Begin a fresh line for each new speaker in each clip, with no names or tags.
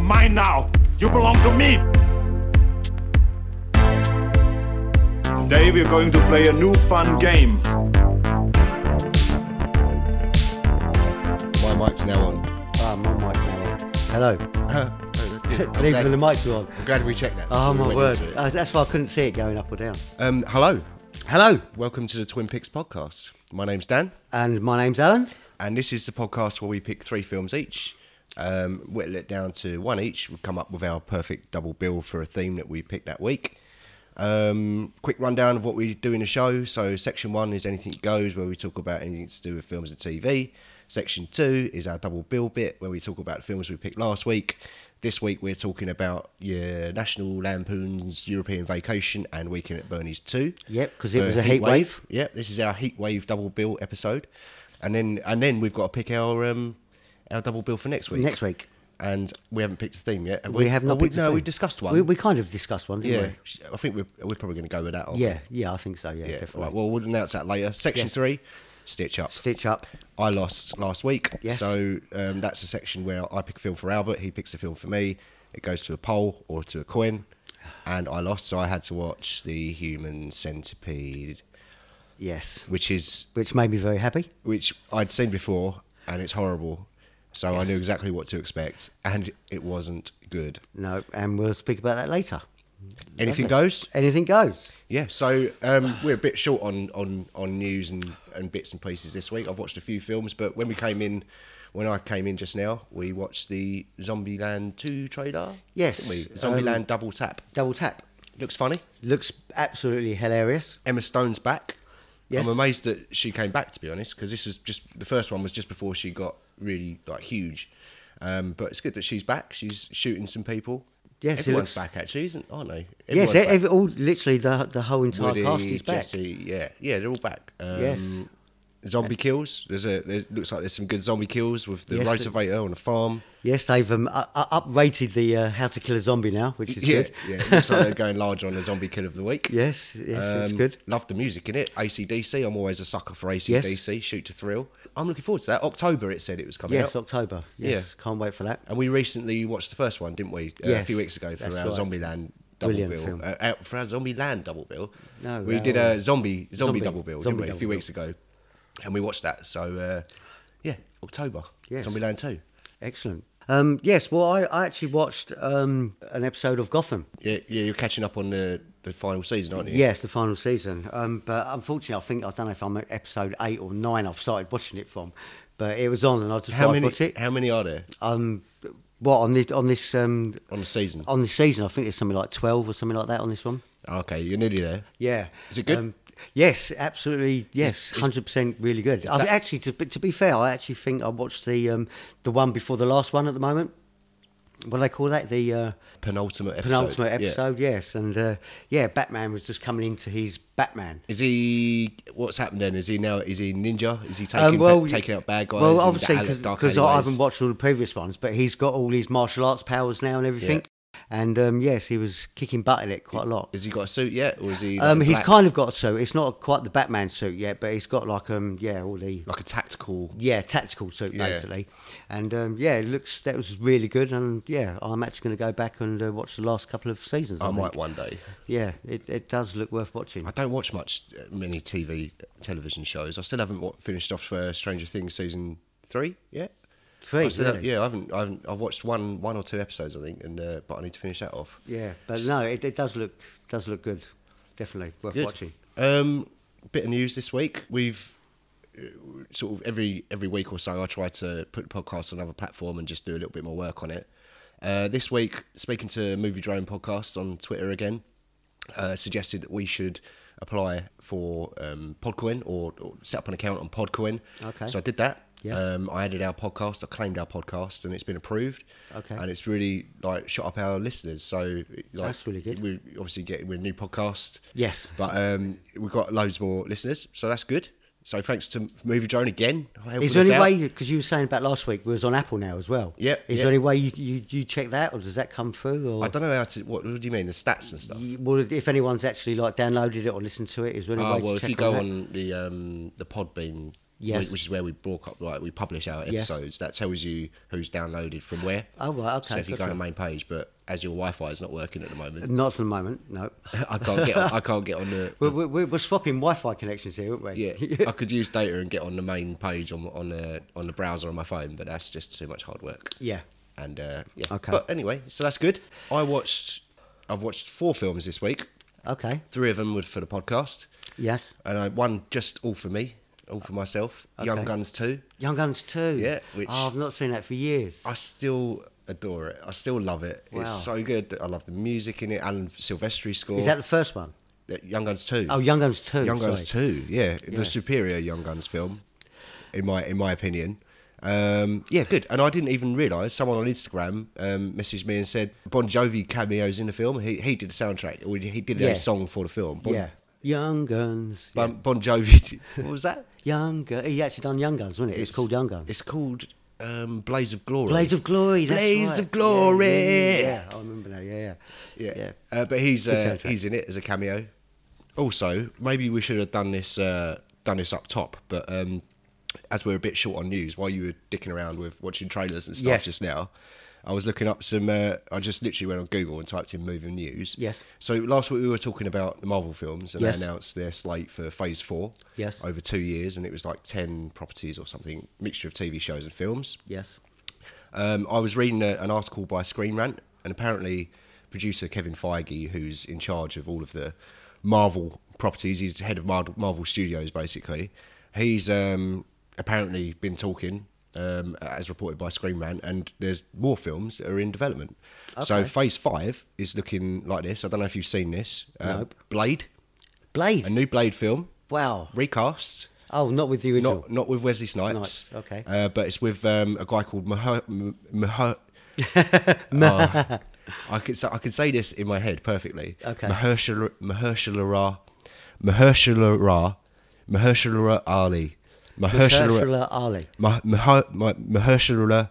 mine now. You belong to me. Today we're going to play a new fun game.
My mic's now on.
Ah, my mic's now on. Hello.
I'm,
Believe it when Uh, the
glad,
mics are on.
I'm glad we checked that.
Oh,
before
my
we
word.
went into it.
Uh, That's why I couldn't see it going up or down.
Um, hello. Hello. Welcome to the Twin Picks podcast. My name's Dan,
And my name's Alan.
and this is the podcast where we pick three films each, um, whittle it down to one each. We come up with our perfect double bill for a theme that we picked that week. Um, quick rundown of what we do in the show. So, section one is anything goes, where we talk about anything to do with films and TV. Section two is our double bill bit, where we talk about films we picked last week. This week, we're talking about your National Lampoon's European Vacation and Weekend at Bernie's 2.
Yep, 'cause it
The
was a heat wave.
Yeah, this is our heat wave double bill episode, and then and then we've got to pick our um our double bill for next week.
Next week.
and we haven't picked a theme yet.
We have
oh,
not picked a
no,
theme.
we discussed one.
We, we kind of discussed one, didn't
yeah, I think we're, we're probably going to go with that.
we?
aren't we?
Yeah, yeah, I think so. Yeah,
yeah.
definitely.
Right, well, we'll announce that later. Section
Yes.
three, stitch up.
Stitch up.
I lost last week,
Yes.
so um, that's a section where I pick a film for Albert, he picks a film for me. It goes to a poll or to a coin, and I lost, so I had to watch The Human Centipede,
Yes.
which is
Which made me very happy.
which I'd seen before, and it's horrible. So I knew exactly what to expect, and it wasn't good.
No, and we'll speak about that later.
Anything goes.
Anything goes.
Yeah. So um, we're a bit short on, on, on news and, and bits and pieces this week. I've watched a few films, but when we came in, when I came in just now, we watched the Zombieland Two trailer.
Yes,
didn't we? Zombieland
um,
Double Tap
Double tap.
looks funny.
Looks absolutely hilarious.
Emma Stone's back.
Yes.
I'm amazed that she came back. To be honest, because this was just the first one was just before she got really like huge. Um, but it's good that she's back. She's shooting some people.
Yes, it
everyone's
looks-
back actually, isn't aren't they?
Yes, e-
Everyone's back.
every, all, literally the, the whole entire
Woody,
cast is back.
Jesse, yeah, yeah, they're all back. Um,
Yes.
Zombie kills. There's a. There looks like there's some good zombie kills with the
Yes, the-
rotivator on the farm.
Yes, they've um, uh, uprated the uh, How to Kill a Zombie now, which is
yeah,
good.
yeah. it Looks like they're going larger on the zombie kill of the week.
Yes, yes, it's
Um,
good.
Love the music in it. ACDC. I'm always a sucker for ACDC. Shoot to thrill. I'm looking forward to that. October. It said it was coming
Yes,
out.
October. Yes, can't wait for that.
And we recently watched the first one, didn't we? Uh, a
Yes,
few weeks ago for
that's
our
right.
Zombieland double
Brilliant
bill.
film.
Uh, out for our Zombieland double bill.
No,
we
our-
did a zombie zombie,
Zombie-
double bill,
zombie
didn't we? A
double
few
bill.
weeks ago, and we watched that. So uh, yeah, October.
Yes.
Zombieland two.
Excellent. Um, yes, well, I, I actually watched um, an episode of Gotham.
Yeah, yeah, you're catching up on the the final season, aren't you?
Yes, the final season. Um, but unfortunately, I think I don't know if I'm at episode eight or nine. I've started watching it from, but it was on, and I just
How
thought I'd
many?
watch it.
How many are there
Um, what on this on this um,
on the season?
on this season? I think it's something like twelve or something like that on this one.
Okay, you're nearly there.
Yeah. Um,
Is it good?
yes, absolutely. Yes, hundred percent. Really good. I've actually, to, but to be fair, I actually think I watched the um, the one before the last one at the moment. What do they call that? The uh,
Penultimate episode.
penultimate
yeah.
episode. Yes, and uh, yeah, Batman was just coming into his Batman.
Is he? What's happened then? Is he now? Is he ninja? Is he taking
Um, well,
taking out bad guys?
Well,
in
obviously,
the alle- dark
because I
alleyways?
haven't watched all the previous ones, but he's got all his martial arts powers now and everything. And um, yes, he was kicking butt in it quite a lot.
Has he got a suit yet, or is he?
Um,
like
he's
black-
kind of got a suit. It's not quite the Batman suit yet, but he's got like um, yeah, all the
like a tactical.
yeah, tactical suit
Yeah.
basically, and um, yeah, it looks that was really good, and yeah, I'm actually going to go back and uh, watch the last couple of seasons. I,
I might
think.
one day.
Yeah, it, it does look worth watching.
Oh I don't watch much uh, many TV television shows. I still haven't wa- finished off uh, Stranger Things season three yet.
Three,
I still
really?
haven't- yeah, I haven't, I haven't. I've watched one, one or two episodes, I think, and uh, but I need to finish that off.
yeah, but no, it, it does look does look good. Definitely worth
Good.
watching.
Um, bit of news this week. We've uh, sort of every every week or so, I try to put the podcast on another platform and just do a little bit more work on it. Uh, this week, speaking to Movie Drone Podcast on Twitter again, uh, suggested that we should apply for um, Podcoin or, or set up an account on Podcoin.
Okay.
So I did that.
Yes.
Um, I added our podcast. I claimed our podcast, and it's been approved.
Okay.
And it's really like shot up our listeners. So like,
That's really good.
We're obviously getting we're a new podcast.
Yes.
But um, we've got loads more listeners, so that's good. So thanks to Movie Drone again. for helping
Is there
us
any
out.
way because you were saying about last week we was on Apple now as well?
Yeah,
Is
yeah.
there any way you, you, you check that or does that come through or?
I don't know how to. What, what do you mean the stats and stuff?
You- well, if anyone's actually like downloaded it or listened to it, is there any
Oh
way
well,
to
if
check
you go
that?
on the um, the Podbean
Yes.
whi- which is where we broadcast, like we publish our
Yes.
episodes. That tells you who's downloaded from where.
Oh, right, okay,
So if you go
gotcha.
on the main page, but as your Wi-Fi is not working at the moment,
Not at the moment, no.
I can't get on, I can't get on the.
We're, we're, we're swapping Wi-Fi connections here, aren't we?
yeah, I could use data and get on the main page on on the on the browser on my phone, but that's just too much hard work.
yeah.
And uh, yeah,
Okay.
But anyway, so that's good. I watched. I've watched four films this week.
Okay.
Three of them were for the podcast,
Yes.
and I one just all for me, all for myself. Young
Okay.
Guns two.
Young Guns 2.
Yeah, which-
Oh, I've not seen that for years.
I still adore it. I still love it.
Wow.
It's so good. I love the music in it and Silvestri score.
Is that the first one?
Uh, Young Guns two?
Oh, Young Guns 2.
Young Guns
sorry.
two. Yeah,
Yeah.
the superior Young Guns film, in my in my opinion. Um, yeah, good. And I didn't even realise someone on Instagram um, messaged me and said Bon Jovi cameos in the film. He he did the soundtrack. Or he did
Yeah.
a song for the film. Bon,
Yeah. Young Guns.
Bon, bon Jovi. What was that?
Young Guns. He actually done Young Guns, wasn't it? It's, called Young Guns.
It's called um, Blaze of Glory.
Blaze of Glory. That's
Blaze
right.
of Glory.
Yeah, yeah, yeah, I remember now. Yeah, yeah.
Yeah. Uh, but he's uh,
soundtrack.
he's in it as a cameo. Also, maybe we should have done this uh, done this up top, but um, as we're a bit short on news, while you were dicking around with watching trailers and stuff
Yes.
just now, I was looking up some. Uh, I just literally went on Google and typed in movie news.
Yes.
So last week we were talking about the Marvel films, and
Yes.
they announced their slate for Phase Four.
Yes.
Over two years, and it was like ten properties or something, mixture of TV shows and films
Yes.
um, I was reading a, an article by Screen Rant, and apparently producer Kevin Feige, who's in charge of all of the Marvel properties, he's the head of Mar- Marvel Studios basically. He's um, apparently been talking, um, as reported by Screen Rant, and there's more films that are in development. So
Okay.
Phase Five is looking like this. I don't know if you've seen this. Uh,
Nope.
Blade,
Blade.
a new Blade film,
wow.
recast.
Oh, not with the original.
Not not with Wesley Snipes.
Snipes, okay.
Uh, but it's with um, a guy called Maher. M- Maher Oh, I could sa- I could say this in my head perfectly.
Okay.
Mahershala Mahershala Ra, Mahershala Ra, Mahershala Ali, Mahershala
Mahershala Ali.
Mah- Maher- Mah- Mahershala.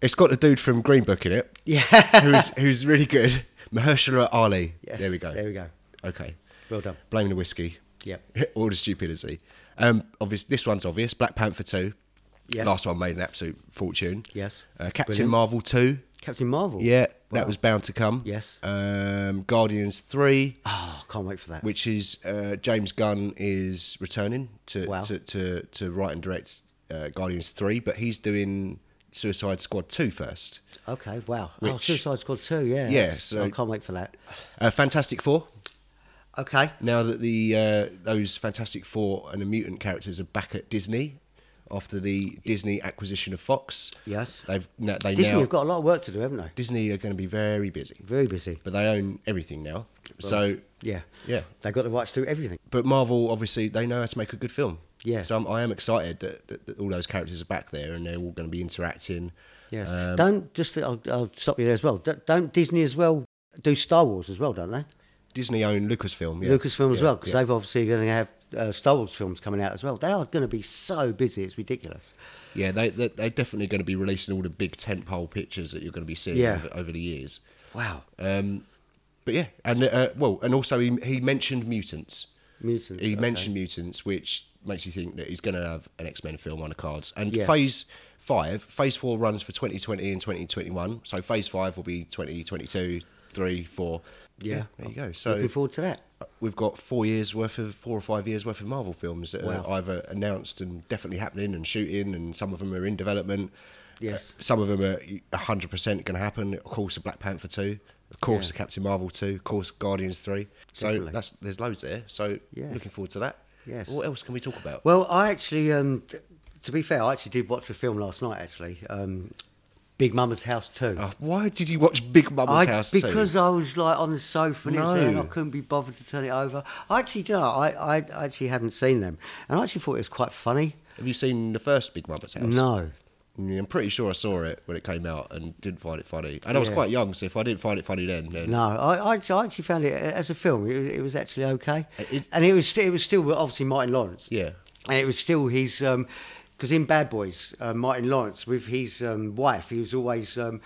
It's got the dude from Green Book in it.
Yeah.
who's who's really good. Mahershala Ali.
Yes,
there we go.
There we go.
Okay.
Well done.
Blame the whiskey.
Yep.
All the stupidity. Um, obvious. This one's obvious. Black Panther two.
Yes.
Last one made an absolute fortune.
Yes.
Uh, Captain
Brilliant.
Marvel two.
Captain Marvel.
Yeah,
Wow.
that was bound to come.
Yes.
Um, Guardians three,
Oh, can't wait for that.
which is uh, James Gunn is returning to
Wow.
to, to to write and direct uh, Guardians three, but he's doing Suicide Squad 2 first.
okay. Wow. oh,
which-
Suicide Squad 2. Yeah.
Yeah,
that's-
so-
I can't wait for that.
Uh, Fantastic Four.
Okay.
Now that the uh, those Fantastic Four and the mutant characters are back at Disney after the Disney acquisition of Fox.
Yes.
they've na- they
Disney
now
have got a lot of work to do, haven't they?
Disney are going to be very busy,
Very busy.
but they own everything now. So
Yeah.
Yeah.
They've got the rights to everything.
but Marvel obviously they know how to make a good film.
Yeah.
So I'm, I am excited that, that, that all those characters are back there and they're all going to be interacting.
Yes.
Um,
don't just. I'll, I'll stop you there as well. D- Don't Disney as well do Star Wars as well? Don't they?
Disney own Lucasfilm. Yeah.
Lucasfilm as
Yeah,
well, because
yeah.
they've obviously going to have uh, Star Wars films coming out as well. They are going to be so busy. It's ridiculous.
Yeah, they, they they're definitely going to be releasing all the big tentpole pictures that you're going to be seeing
Yeah.
over, over the years.
Wow.
Um, but yeah, and uh, well, and also he, he mentioned mutants.
Mutants,
He
okay.
mentioned mutants, which makes you think that he's going to have an X Men film on the cards. And
Yes.
phase five, phase four runs for 2020 and 2021. So phase five will be 2022, three, four.
Yeah.
there you go.
Looking
So
forward to that.
we've got four years worth of four or five years worth of Marvel films that
Wow.
are either announced and definitely happening and shooting, and some of them are in development.
Yes.
Uh, some of them are hundred percent going to happen. Of course, the Black Panther two, of course,
Yeah.
the Captain Marvel two, of course, Guardians three. So
Definitely.
that's there's loads there. So
Yeah.
looking forward to that.
Yes.
What else can we talk about?
Well, I actually, um, t- to be fair, I actually did watch a film last night. Actually, um, Big Mama's House Two.
Uh, why did you watch Big Mama's
I-
House too?
because I was like on the sofa and it was there and I
No.
couldn't be bothered to turn it over. I actually do. You know, I, I actually haven't seen them, and I actually thought it was quite funny.
Have you seen the first Big Mama's House?
No,
Yeah, I'm pretty sure I saw it when it came out and didn't find it funny. And I was
Yeah.
quite young, so if I didn't find it funny then, then
no. I, I, actually, I actually found it as a film. It, was- it was actually okay,
It-
and it was st- it was still obviously Martin Lawrence.
yeah.
and it was still his um 'cause because in Bad Boys, uh, Martin Lawrence with his um, wife, he was always um,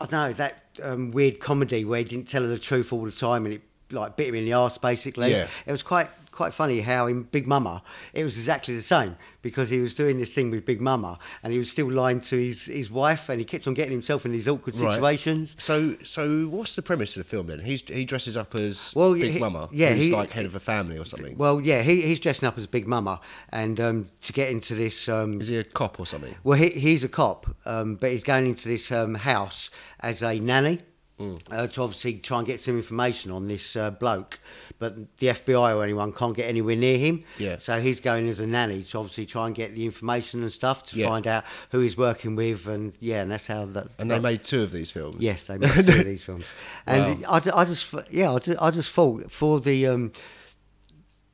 I don't know that um, weird comedy where he didn't tell her the truth all the time, and it like bit him in the ass basically.
Yeah.
It was quite quite funny how in Big Mama it was exactly the same because he was doing this thing with Big Mama and he was still lying to his, his wife and he kept on getting himself in these awkward
Right.
situations.
So, so what's the premise of the film then? He's he dresses up as
Well,
Big
he-
Mama,
yeah,
who's
he-
like head of a family or something.
Well, yeah, he, he's dressing up as Big Mama and um, to get into this um,
Is he a cop or something?
Well, he, he's a cop, um, but he's going into this um, house as a nanny
Hmm.
uh, to obviously try and get some information on this uh, bloke. But the FBI or anyone can't get anywhere near him.
Yeah.
So he's going as a nanny to obviously try and get the information and stuff to
Yeah.
find out who he's working with, and yeah, and that's how that.
And they made two of these films.
Yes, they made two of these films, and I, ju- I just f- yeah, I just, I just thought for the um,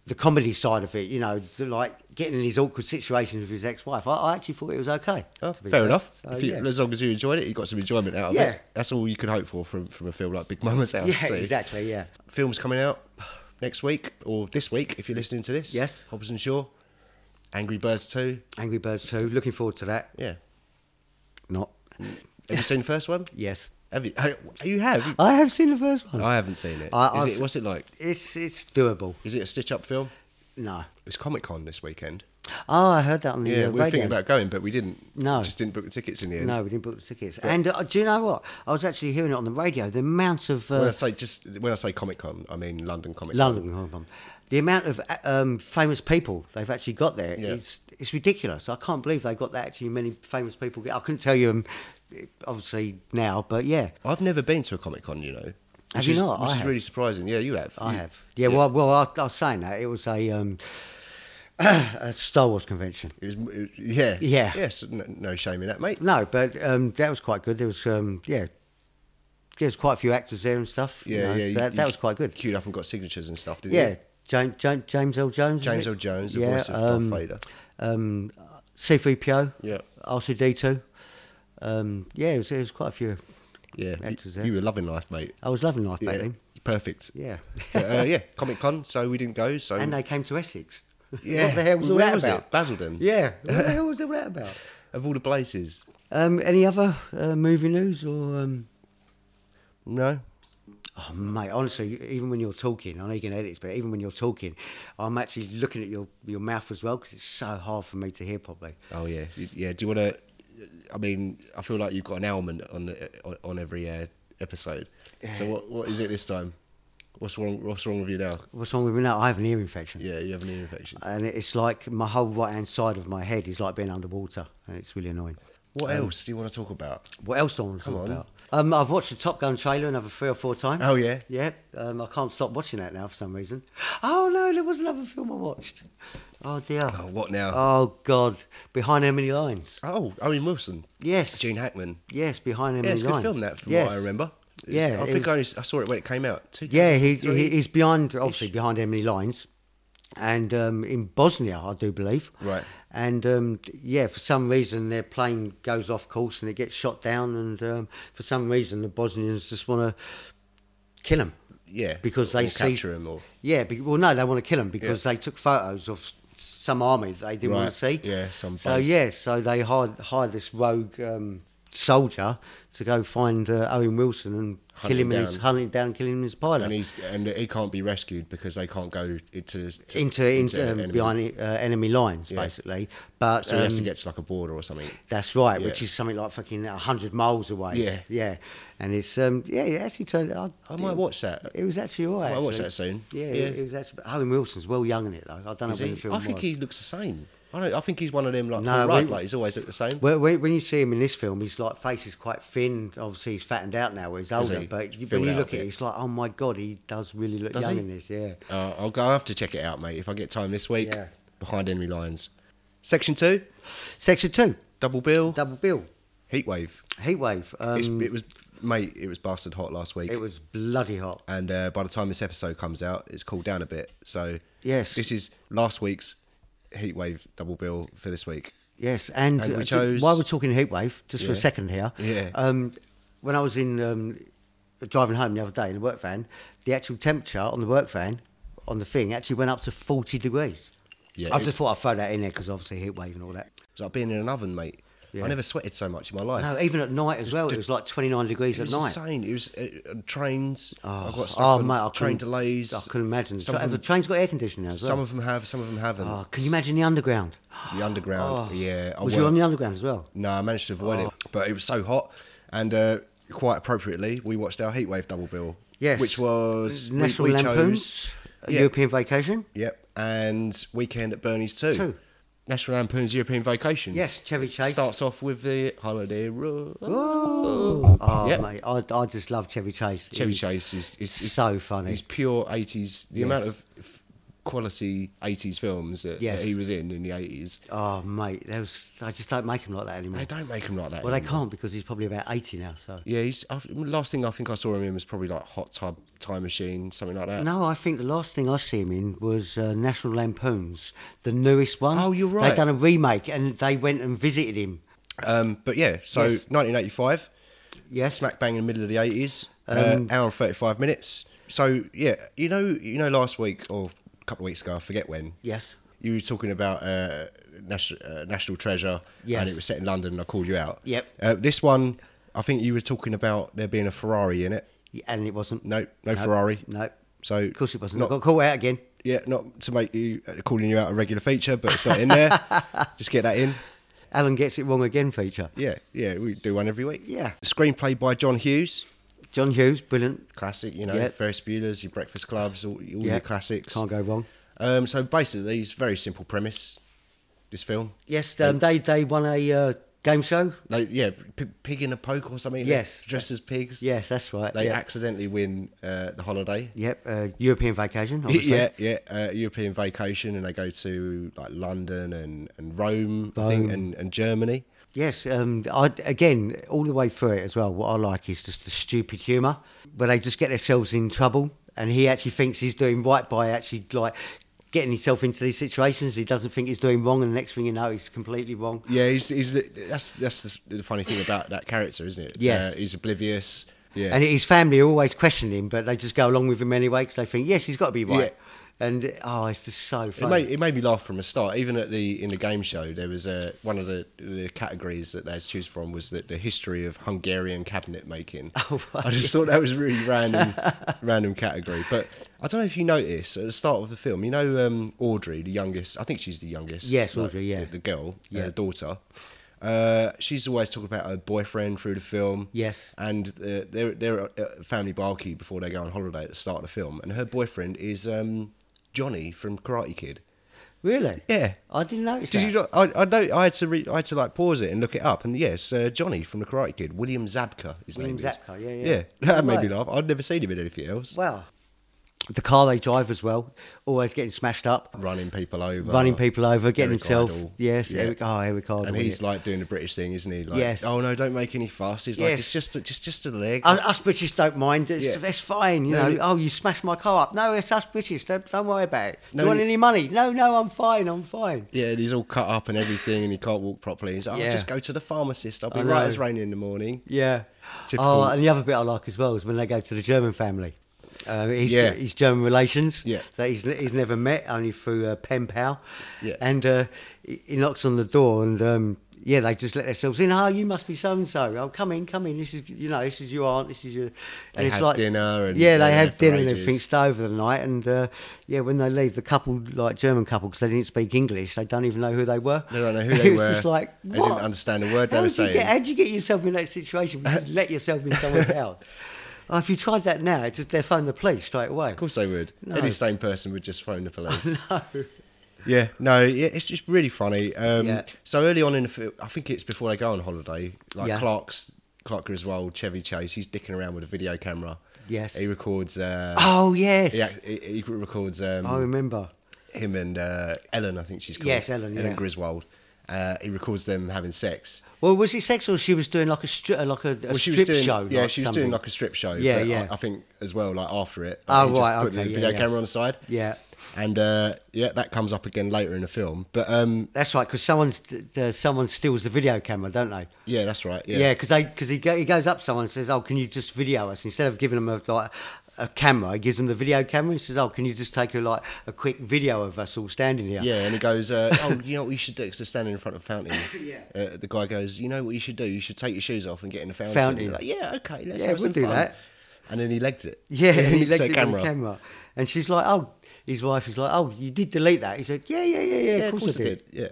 the comedy side of it, you know, the, like getting in these awkward situations with his ex-wife, I, I actually thought it was okay.
Oh,
to be
fair enough.
So,
If you-
yeah.
As long as you enjoyed it, you got some enjoyment out of
Yeah.
it. That's all you can hope for from, from a film like Big Mama's House.
Yeah,
too.
exactly. Yeah,
Films coming out next week or this week if you're listening to this.
Yes.
Hobbs and Shaw, Angry Birds Two.
Angry Birds two. Looking forward to that.
Yeah.
Not
Have you seen the first one?
yes.
Have you? You have.
I have seen the first one.
I haven't seen it.
Uh, I-
Is
I've-
it what's it like?
It's it's doable.
Is it a stitch up film?
No.
It's Comic Con this weekend.
Oh, I heard that on the
Yeah,
uh,
we were
radio.
thinking about going, but we didn't.
No.
just didn't book the tickets in the end.
no, we didn't book the tickets. And uh, do you know what? I was actually hearing it on the radio. The amount of uh,
When I say just when I say Comic Con, I mean London Comic Con.
London, Hong Kong. The amount of uh, um, famous people they've actually got there
Yeah.
it's it's ridiculous. I can't believe they've got that actually many famous people. I couldn't tell you, um, obviously now, but yeah,
I've never been to a Comic Con, you know. Which
Have you
is,
not?
Which
I
is
have.
really surprising. Yeah, you have.
I
You-
have. Yeah, well, well, I, I was saying that it was a, um, a Star Wars convention.
It was, it, yeah.
Yeah.
Yes. No, no shame in that, mate.
No, but um, that was quite good. There was, um, yeah, there's quite a few actors there and stuff. you
Yeah,
know,
yeah.
so
you-
that,
you
that was quite good.
Queued up and got signatures and stuff, didn't
Yeah,
you?
James, James, James L. Jones. is
James
it?
L. Jones, the voice of
um,
Darth Vader.
um, C3PO,
Yeah.
R2D2. Um, yeah, it was, it was quite a few.
Yeah. You-
actors
You,
there.
were loving life, mate.
I was loving life
yeah.
back then.
Perfect.
Yeah.
But, uh, yeah. Comic Con, so we didn't go. So
and they came to Essex.
yeah.
what the hell was all
Where
that
was
about?
it? Basildon.
Yeah, what the hell was all that about?
Of all the places.
Um, any other uh, movie news or? Um...
No.
Oh, mate, honestly, even when you're talking, I know you can edit, this, but even when you're talking, I'm actually looking at your, your mouth as well because it's so hard for me to hear properly.
Oh yeah, Y- yeah. Do you want to? I mean, I feel like you've got an element on the, on- on every uh, episode. So what what is it this time? What's wrong? What's wrong with you now?
What's wrong with me now? I have an ear infection,
Yeah, you have an ear infection.
and it's like my whole right hand side of my head is like being underwater, and it's really annoying.
What else do you want to talk about?
What else do I want to
Come
talk
on.
about? Um, I've watched the Top Gun trailer another three or four times.
Oh, yeah?
yeah. Um, I can't stop watching that now for some reason. Oh no, there was another film I watched. Oh dear.
Oh, what now?
Oh God, behind enemy lines.
Oh, Owen Wilson.
Yes.
Gene Hackman.
Yes, behind enemy
Yeah, it's a
lines.
good film. That from what I remember. It's-
Yeah,
I
it
think
was-
I, only, s- I saw it when it came out. 2003?
Yeah, he, he, he's behind, obviously behind enemy lines, and um, in Bosnia, I do believe.
Right.
And um, yeah, for some reason their plane goes off course and it gets shot down, and um, for some reason the Bosnians just want to kill him.
yeah,
because
or
they see-
capture him or
Yeah, be, well, no, they want to kill him because they took photos of s- some army that they didn't
Right,
want to see.
yeah, some
So
base.
yeah, so they hired hired this rogue um, soldier to go find uh, Owen Wilson and
Hunt
kill
him
him, and his,
down.
hunt him down, and kill him as pilot.
and he's and he can't be rescued because they can't go into to-
into into, um,
enemy-
behind uh, enemy lines
Yeah.
basically, but
So he has to
um,
get to like a border or something.
that's right, which
Yeah.
is something like fucking hundred miles away.
Yeah.
yeah, and it's um yeah, it actually turned. out
I might watch that.
It was actually alright.
I might watch
actually.
that soon.
Yeah,
Yeah.
It, it was actually. but Owen Wilson's well young in it though. I don't know
Is
when
he?
the film
I think
was.
he looks the same. I don't. I think he's one of them like
No,
Paul
when-
Rudd, like he's always looked the same.
Well, when, when you see him in this film, his like face is quite thin. Obviously, he's fattened out now. He's older,
he?
but you, when
Filled
you
out
look
a
at
bit.
it, it's like, oh my god, he does really look
Does
young
he?
in this. Yeah.
Uh, I'll go. I have to check it out, mate. If I get time this week,
Yeah.
behind enemy lines. Section two,
Section two,
double bill,
double bill,
heat wave.
heatwave.
It's,
Um,
it was, mate. It was bastard hot last week.
it was bloody hot.
and uh, by the time this episode comes out, it's cooled down a bit. So
Yes.
this is last week's heat wave double bill for this week.
Yes, and,
And we
uh, ju-
chose-
while we're talking heatwave, just for a
Yeah.
second here.
Yeah.
Um, when I was in um, driving home the other day in the work van, the actual temperature on the work van on the thing actually went up to forty degrees.
Yeah,
I
it-
just thought I'd throw that in there because obviously heatwave and all that.
It's like being in an oven, mate.
Yeah.
I never sweated so much in my life.
No, Oh, even at night as well, it was like 29 degrees
It
at
was
night.
insane. It was uh, uh, trains. I got stuck
oh,
on
mate, I
train
couldn't-
delays.
I couldn't imagine.
Some,
Tra-
of
the
them,
train's got air conditioning now as well.
some of them have, some of them haven't.
Oh, can you imagine the underground?
The underground. yeah. I
Was you
worked-
on the Oh. underground as well?
No, I managed to avoid it, but it was so hot, and uh, quite appropriately, we watched our heatwave double bill.
Yes.
which was we-
National
we,
Lampoons,
chose-
a
yeah.
European Vacation.
Yep, and weekend at Bernie's too.
Two.
National Lampoon's European Vacation.
Yes, Chevy Chase.
starts off with the holiday. Road.
Oh,
Yep.
mate, I, I just love Chevy Chase.
Chevy
He's-
Chase is, is, is
so funny.
He's pure eighties. The amount of f- quality eighties films that, that
Yes.
he was in in the eighties.
Oh, mate, there was, I just don't make him like that anymore.
They don't make him like that.
Well, they
anymore.
can't because he's probably about 80 now, so.
Yeah, he's. I, last thing I think I saw him in was probably like Hot Tub Time Machine, something like that.
No, I think the last thing I see him in was uh, National Lampoon's, the newest one.
Oh, you're
They
right.
done a remake and they went and visited him.
Um, but yeah, so
Yes.
1985,
Yes.
smack bang in the middle of the 80s,
Um,
uh, hour and 35 minutes. So yeah, you know, you know, last week or a couple of weeks ago, I forget when.
Yes.
You were talking about uh, national, uh, national treasure,
Yes.
and it was set in London. and I called you out.
Yep.
Uh, this one, I think you were talking about there being a Ferrari in it.
Yeah, And it wasn't.
No, no Ferrari.
No.
So
Uh, Of course it wasn't. I
Not,
got caught out again.
yeah, not to make you uh, calling you out a regular feature, but it's not in there. Just get that in.
Alan gets it wrong again feature.
Yeah, yeah, we do one every week.
Yeah.
Screenplay by John Hughes.
John Hughes, brilliant.
classic, you know,
Yeah.
Ferris Bueller's, your Breakfast Clubs, all, all
Yeah,
your classics.
Can't go wrong.
Um, so basically, it's a very simple premise. This film,
Yes, um, they, they won a uh, game show.
no, yeah, p- pig in a poke or something.
Yes.
they're dressed as pigs.
Yes, that's right.
they
yeah.
accidentally win uh, the holiday.
Yep, uh, European vacation. Obviously.
Yeah, yeah, uh, European vacation, and they go to like London and and Rome, I think,
Rome.
and and Germany.
Yes, um, I, again, all the way through it as well, what I like is just the stupid humour where they just get themselves in trouble and he actually thinks he's doing right by actually like getting himself into these situations. He doesn't think he's doing wrong and the next thing you know, he's completely wrong.
Yeah, he's, he's the- that's that's the, the funny thing about that character, isn't it?
Yes.
uh, he's oblivious. Yeah,
And his family are always questioning him, but they just go along with him anyway because they think, yes, he's got to be right. And oh, it's just so
It
funny.
made, it made me laugh from the start. Even at the in the game show, there was a one of the, the categories that they had to choose from was that the history of Hungarian cabinet making.
Oh, right.
I just thought that was a really random, random category. But I don't know if you notice at the start of the film, you know um, Audrey, the youngest. I think she's the youngest.
Yes, Audrey, yeah.
the, the girl,
Yeah.
yeah, daughter. Uh, she's always talking about her boyfriend through the film.
Yes.
and uh, they're they're at a family barkey before they go on holiday at the start of the film, and her boyfriend is um, Johnny from Karate Kid.
really?
Yeah.
I didn't notice
Did
that.
you not? I, I know. I had to. Re, I had to like pause it and look it up. And yes, uh, Johnny from the Karate Kid, William Zabka, his
William
name
Zabka,
is.
yeah, yeah.
that made me
Right.
laugh. I'd never seen him in anything else.
Wow. The car they drive as well, always getting smashed up.
Running people over.
running people over, getting
Eric
himself.
Idle.
Yes,
Yeah.
Eric. Oh, Eric Idle.
And he's like doing the British thing, isn't he? Like,
Yes.
Oh no, don't make any fuss. He's like,
Yes.
it's just, a, just, just a leg.
us British don't mind. It's,
Yeah.
it's fine, you
No,
know.
it-
oh, you smashed my car up. No, it's us British. Don't, don't worry about it. Do
No,
you want
it-
any money? No, no, I'm fine. I'm fine.
yeah, and he's all cut up and everything, and he can't walk properly. He's like, oh,
Yeah.
just go to the pharmacist. I'll be
I
right
know.
as rain in the morning.
Yeah.
Typical.
Oh, and the other bit I like as well is when they go to the German family. Uh, he's,
Yeah.
he's German relations
Yeah.
that he's, he's never met, only through uh, pen pal.
Yeah.
And uh, he he knocks on the door and, um, yeah, they just let themselves in. Oh, you must be so and so. Oh, come in, come in. This is, you know, this is your aunt. This is your. And
They have dinner and
yeah,
they're
they
there
have
for
dinner and
ages.
everything stayed over the night. And uh, yeah, when they leave, the couple, like German couple, because they didn't speak English, they don't even know who they were.
They don't know who they
it was
were.
just like
They
what?
didn't understand a word they
How
were
did you get-
saying.
how did you get yourself in that situation? You just let yourself in someone's house. Oh, if you tried that now, it's just they phone the police straight away.
Of course they would.
No.
Any sane person would just phone the police. Yeah, no, yeah, it's just really funny. Um,
Yeah.
So early on in the film, I think it's before they go on holiday. Like
Yeah.
Clark's Clark Griswold, Chevy Chase, he's dicking around with a video camera.
Yes.
he records. Uh,
Oh yes,
he, ac- he, he records um,
I remember.
him and uh, Ellen, I think she's called.
Oh, Yes, Ellen, yeah.
Griswold. Uh, he records them having sex.
Well, was it sex or she was doing like a stri- uh, like a, a
Well, she
strip
was doing,
show?
yeah,
like
she was
something?
doing like a strip show.
Yeah,
but I-
yeah.
I, think as well, like after it,
Oh,
he just
right,
put the
okay, yeah,
video
yeah.
camera on the side.
Yeah.
and uh, yeah, that comes up again later in the film. But um,
That's right, because someone's uh, someone steals the video camera, don't they?
yeah, that's right.
Yeah, because they because he, go, he goes up to someone and says, "Oh, can you just video us?" Instead of giving them a like a camera. He gives them the video camera. He says, "Oh, can you just take a like a quick video of us all standing here?"
Yeah, and he goes, uh, "Oh, you know what you should do? Because they're standing in front of a fountain."
Yeah.
Uh, the guy goes, "You know what you should do? You should take your shoes off and get in the fountain."
Fountain.
You're Like, yeah, okay, let's
Yeah,
have some
we'll do
fun.
that.
And then he legged it.
Yeah, and he
legs
legged it on the camera. And she's like, oh, his wife is like, oh, you did delete that. He said, yeah, yeah, yeah, yeah, of course, I did.
Yeah.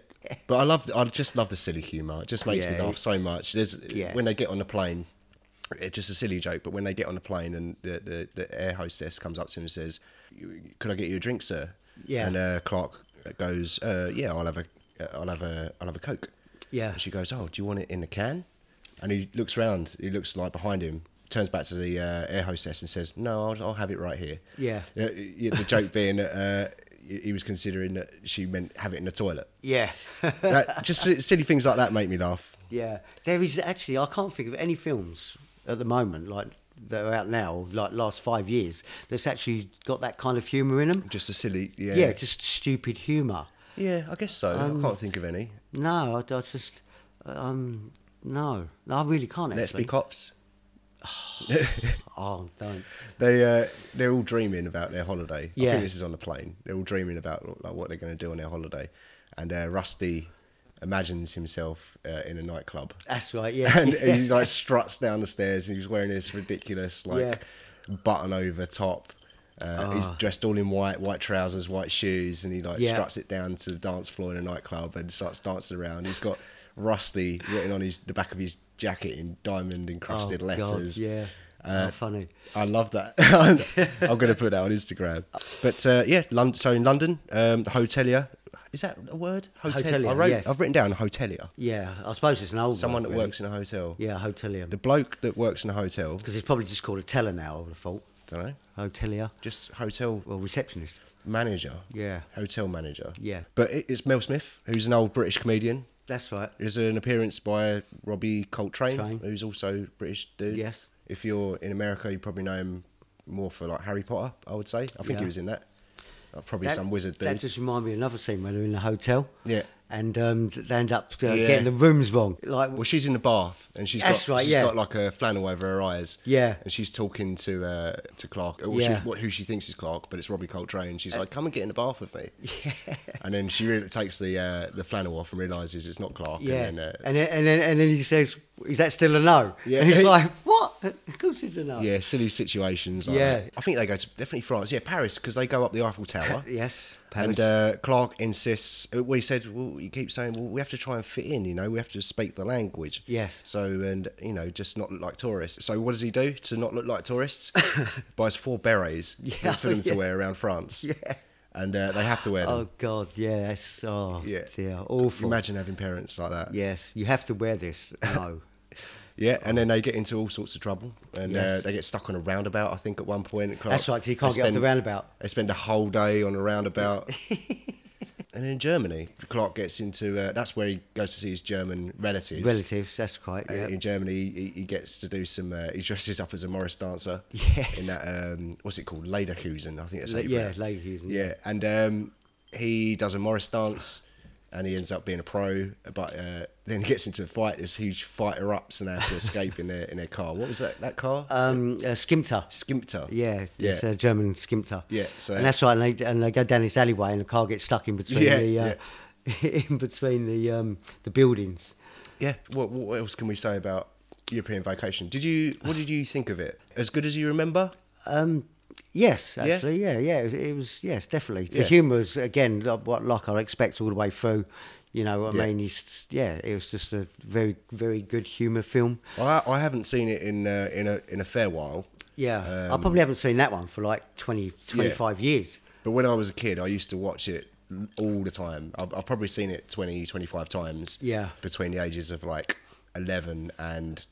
But I love, I just love the silly humour. It just makes me
Yeah.
laugh so much. There's
Yeah.
when they get on the plane, it's just a silly joke. But when they get on the plane and the, the, the air hostess comes up to him and says, "You- "Could I get you a drink, sir?"
Yeah.
And uh, Clark goes, uh, "Yeah, I'll have a, I'll have a, I'll have a coke."
Yeah.
And she goes, "Oh, do you want it in a can?" And he looks round. He looks like behind him. Turns back to the uh, air hostess and says, "No, I'll, I'll have it right here."
Yeah.
Uh, Yeah, y- the joke being that uh, he he was considering that she meant have it in the toilet.
Yeah.
That- just si- silly things like that make me laugh.
yeah. There is actually, I can't think of any films at the moment, like, that are out now, like last five years, that's actually got that kind of humour in them.
Just a silly, yeah,
Yeah, just Um, stupid humour.
yeah. I guess so. I can't think of any.
No, I, I just, um, no, no, I really can't actually.
Let's be cops.
Oh, don't.
They uh, they're all dreaming about their holiday. I
Yeah.
think this is on the plane. They're all dreaming about like what they're going to do on their holiday, and uh, Rusty imagines himself uh, in a nightclub,
That's right, yeah.
and he like struts down the stairs. And he's wearing this ridiculous like button over top. Uh, He's dressed all in white, white trousers, white shoes, and he like
Ah. Yeah.
struts it down to the dance floor in a nightclub and starts dancing around. He's got Rusty written on his the back of his jacket in diamond encrusted
Oh, God,
letters.
yeah.
Uh,
How funny.
I love that. I'm going to put that on Instagram. But uh, yeah, Lon- so in London, um, the hotelier is that a word? Hotel-
Hotelier,
I wrote,
yes.
I've written down hotelier.
Yeah, I suppose it's an old
Someone
word,
that
really.
works in a hotel.
Yeah, hotelier.
The bloke that works in a hotel.
Because it's probably just called a teller now, I would have thought.
Don't know.
Hotelier.
Just hotel
Well, receptionist.
manager.
Yeah.
Hotel manager.
Yeah.
But it, it's Mel Smith, who's an old British comedian.
That's right.
There's an appearance by Robbie Coltrane,
Train.
who's also British dude.
Yes.
If you're in America, you probably know him more for like Harry Potter. I would say. I think he
Yeah.
was in that. Uh, Probably some wizard dude.
That just reminded me of another scene where they're in the hotel.
Yeah.
And um, they end up uh,
Yeah.
getting the rooms wrong. Like,
Well, she's in the bath and she's
That's
got,
right,
she's
yeah.
got like a flannel over her eyes.
Yeah.
And she's talking to uh, to Clark, or she,
Yeah. Uh,
what, who she thinks is Clark, but it's Robbie Coltrane. She's like, come and get in the bath with me. Yeah. And then she really takes the uh, the flannel off and realizes it's not Clark.
yeah.
And then, uh,
and, then, and, then, and then he says, Is that still a no?
Yeah.
And he's like, What? Of course it's a no.
yeah, silly situations. Like
Yeah.
that. I think they go to definitely France. Yeah, Paris, because they go up the Eiffel Tower.
Yes. Paris.
And uh, Clark insists. uh, We said well, you keep saying well, we have to try and fit in. You know, we have to speak the language.
Yes.
So and you know, just not look like tourists. So what does he do to not look like tourists? Buys four berets
Yeah,
for them to
yeah.
wear around France.
Yeah.
And uh, they have to wear them.
oh, God. Yeah. That's, oh,
yeah.
dear. Awful.
Imagine having parents like that.
Yes. You have to wear this. No.
Yeah, and then they get into all sorts of trouble, and uh,
Yes.
they get stuck on a roundabout. I think at one point. Clark-
That's right, 'cause you can't
they
get off the
spend-
roundabout.
They spend a whole day on a roundabout. and in Germany, Clark gets into. Uh, that's where he goes to see his German relatives.
Relatives. That's quite.
Uh,
Yeah.
In Germany, he, he gets to do some. Uh, he dresses up as a Morris dancer.
Yes.
In that, um, what's it called? Lederhosen, I think that's how
Le-
you
yeah.
pronounce it.
Ladies.
Yeah, and um, he does a Morris dance, and he ends up being a pro. But uh, then he gets into a fight. There's huge fighter ups, and they have to escape in their in their car. What was that? That car?
Um, uh, Skimter.
Skimpter.
Yeah,
yeah,
it's a German skimter.
Yeah, so-
and that's right. And they and they go down this alleyway, and the car gets stuck in between
Yeah,
the uh, in between the um, the buildings.
yeah. What, what else can we say about European Vacation? Did you? What did you think of it? As good as you remember?
Um, yes,
Yeah?
actually, yeah, yeah, it, was, it was yes, definitely. The
Yeah.
humour was again like what like I expect all the way through. You know, what
Yeah.
I mean, it's, yeah, it was just a very very good humour film.
I, I haven't seen it in uh, in a in a fair while.
Yeah, I
Um,
probably haven't seen that one for like 20, 25 years.
But when I was a kid, I used to watch it all the time. I've, I've probably seen it 20, 25 times.
Yeah.
Between the ages of like 11 and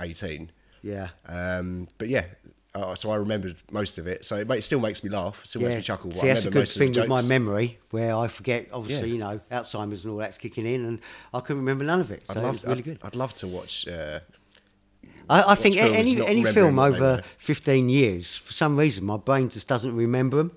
18.
Yeah.
Um, but yeah, uh, so I remembered most of it. So it ma- it still makes me laugh, still makes me chuckle. but
See,
I
that's a
remember
good
most of the
thing with my
jokes.
memory, where I forget. Obviously,
Yeah.
you know, Alzheimer's and all that's kicking in, and I couldn't remember none of it. So
I'd love,
it was really
I'd,
good.
I'd love to watch. Uh,
I, I think
films,
any
not
any
remembering
film
what they
over
were.
15 years, for some reason, my brain just doesn't remember them.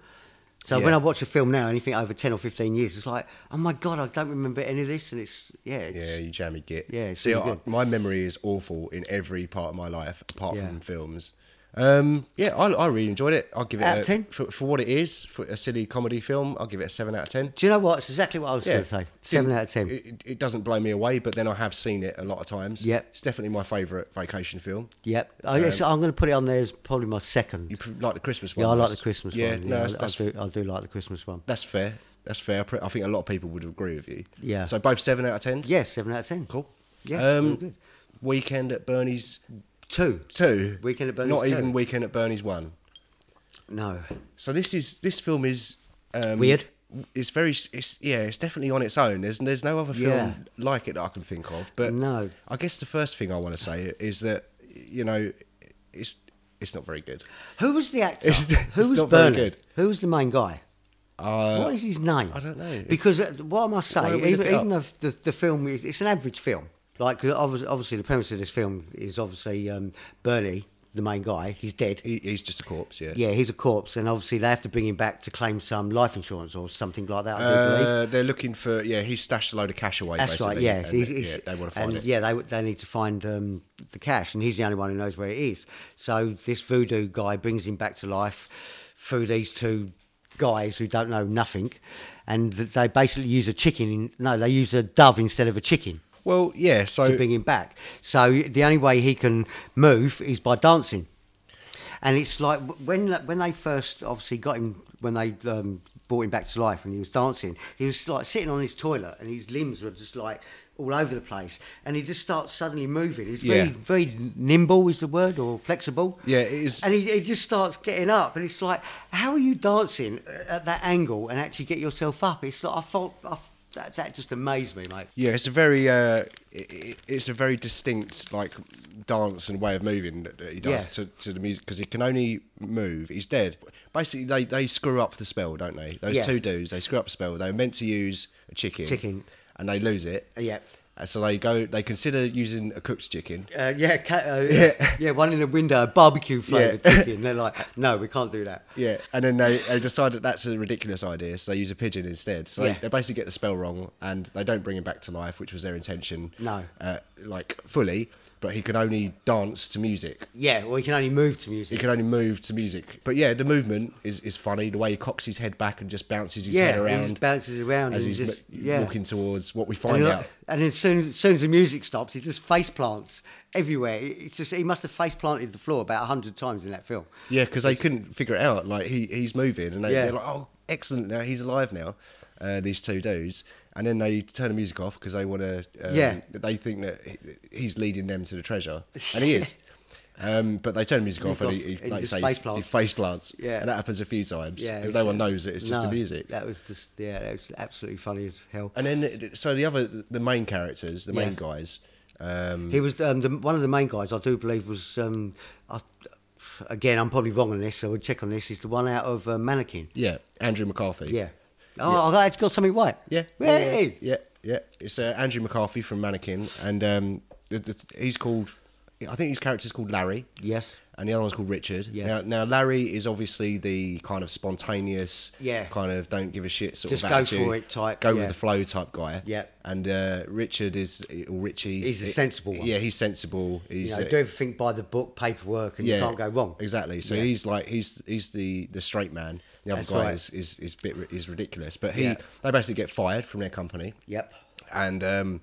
So
Yeah.
when I watch a film now, anything over 10 or 15 years, it's like, oh my god, I don't remember any of this, and it's yeah, it's,
yeah, you jammy git.
Yeah, it's
See,
really
I,
good.
my memory is awful in every part of my life apart
Yeah.
from films. Um, yeah, I, I really enjoyed it. I'll give it
Out
a,
of 10?
For, for what it is, for a silly comedy film. I'll give it a seven out of ten.
Do you know what? It's exactly what I was
Yeah,
going to say. Seven
Didn't-
out of ten.
It, it- it doesn't blow me away, but then I have seen it a lot of times.
Yep.
it's definitely my favourite vacation film.
yep. I yes, I'm going to put it on there as probably my second.
Um, You pr- like the Christmas one?
yeah, I like the
most.
Christmas
yeah,
one.
no,
yeah,
that's,
I, I
that's,
do. I do like the Christmas one.
that's fair. That's fair. I pre- I think a lot of people would agree with you.
Yeah.
So both seven out of ten.
Yeah, seven out of ten.
Cool.
Yeah,
Um,
very good.
Weekend at Bernie's
Two.
two.
Weekend at Bernie's
Not
two.
even Weekend at Bernie's one.
No.
So this is this film is um,
Weird.
It's very it's yeah it's definitely on its own. There's there's no other film
Yeah.
like it that I can think of. But
No.
I guess the first thing I want to say is that you know it's it's not very good.
Who was the actor?
It's- it's
Who was
not very
Bernard?
good.
Who was the main guy?
Uh,
what is his name?
I don't know.
Because uh, what I must
Why
say,
don't we look
even,
it
even though the, the film is it's an average film, like 'cause obvi- obviously the premise of this film is obviously um, Bernie, the main guy, he's dead.
He, he's just a corpse. Yeah.
Yeah, he's a corpse, and obviously they have to bring him back to claim some life insurance or something like that. I do believe.
Uh, they're looking for yeah. He stashed a load of cash away.
That's
basically,
right. Yeah,
and
he's-
they-
he's-
yeah, they want to find
and
it.
Yeah, they they need to find um, the cash, and he's the only one who knows where it is. So this voodoo guy brings him back to life through these two guys who don't know nothing, and th- they basically use a chicken. In, no, they use a dove instead of a chicken
Well, yeah. So
to bring him back. So the only way he can move is by dancing. And it's like w- when when they first obviously got him when they um, brought him back to life and he was dancing, he was like sitting on his toilet and his limbs were just like all over the place, and he just starts suddenly moving. He's very
Yeah.
very nimble is the word or flexible.
Yeah, it is.
And he, he just starts getting up, and it's like, how are you dancing at that angle and actually get yourself up? It's like I thought I, that that just amazed me, mate.
Yeah, it's a very uh, i- i it's a very distinct like dance and way of moving that that he does to,
Yeah.
to the music because he can only move. He's dead. Basically, they, they screw up the spell, don't they? Those
Yeah.
two dudes, they screw up the spell. They were meant to use a chicken,
Chicken.
and they lose it.
Yeah.
And so they go. They consider using a cooked chicken.
Uh, yeah, ca- uh, yeah, yeah, one in the window, barbecue flavored
Yeah.
chicken. They're like, no, we can't do that.
Yeah, and then they, they decide that that's a ridiculous idea, so they use a pigeon instead. So
Yeah.
they, they basically get the spell wrong, and they don't bring him back to life, which was their intention.
No.
uh, like fully, but he could only dance to music.
Yeah, well, you can only move to
He
music.
can only move to music. But yeah, the movement is, is funny. The way he cocks his head back and just bounces his
yeah,
head
he
around
just bounces around
as
and
he's
just
m-
yeah.
walking towards what we
and,
find
he
out.
like- and as soon as, as soon as the music stops, he just face plants everywhere. It- It's just he must have face planted the floor about hundred times in that film.
Yeah, because they couldn't figure it out. Like he, he's moving, and they,
Yeah.
they're like, "Oh, excellent! Now he's alive now." Uh, these two dudes, and then they turn the music off because they want to. Um,
Yeah.
They think that he, he's leading them to the treasure, and he is. um, but they turn the music off, and he,
off,
he
and
like you
just
say, he-
face
he
plants.
face plants.
Yeah.
and that happens a few times.
Yeah,
because no one knows that it's just
No,
the music. Um,
That was just yeah, that was absolutely funny as hell.
And then, it- so the other, the main characters, the main
Yes.
guys. Um,
He was um, the, one of the main guys. I do believe was um, I, again. I'm probably wrong on this, so we'll check on this. Is the one out of uh, Mannequin?
yeah, Andrew McCarthy.
Yeah. Oh, I actually got something right.
Yeah.
Hey.
Yeah, yeah. It's uh, Andrew McCarthy from Mannequin, and um, it, it's- he's called. I think his character's called Larry,
Yes.
and the other one's called Richard.
Yes.
Now, now Larry is obviously the kind of spontaneous,
Yeah.
kind of don't give a shit sort
Just
of
go
attitude,
for it type,
go with
yeah.
the flow type guy.
Yeah.
And uh, Richard is or Richie.
He's the
he-
sensible one.
Yeah, he's sensible.
You
He's
know,
uh,
do everything by the book, paperwork, and you can't go wrong.
Exactly. So
Yeah.
he's like he's he's the the straight man. The other
That's
guy
right.
is, is is bit ri- is ridiculous. But he
Yeah.
they basically get fired from their company.
Yep.
And um,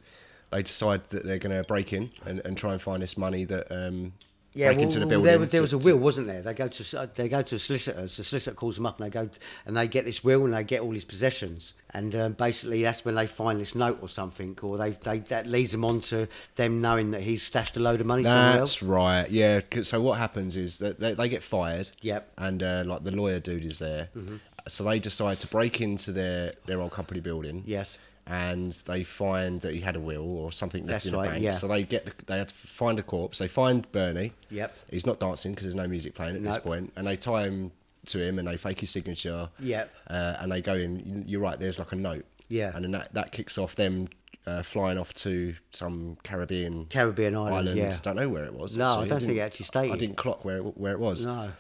they decide that they're going to break in and, and try and find this money that um,
Yeah,
break
well,
into the
well,
building.
there, was- there
to-
was a
to-
will, wasn't there? They go to uh, they go to a solicitor. The solicitor calls them up, and they go and they get this will, and they get all his possessions, and um, basically that's when they find this note or something, or they, they that leads them on to them knowing that he's stashed a load of money somewhere else.
That's right. Yeah. 'cause- So what happens is that they, they get fired.
Yep. Mm-hmm.
And uh, like the lawyer dude is there, so they decide to break into their their old company building.
Yes.
And they find that he had a will or something left
That's
in the
right,
bank.
yeah.
So they get the, they had to find a corpse. They find Bernie.
Yep.
He's not dancing because there's no music playing at this
Nope.
point, and they tie him to him and they fake his signature.
Yep.
Uh, and they go in. You're right. There's like a note.
Yeah.
And then that that kicks off them. Uh, flying off to some Caribbean
Caribbean island, yeah.
don't know where it was.
No, I don't think
didn't-
it actually stated.
I didn't clock where it, where it was.
No.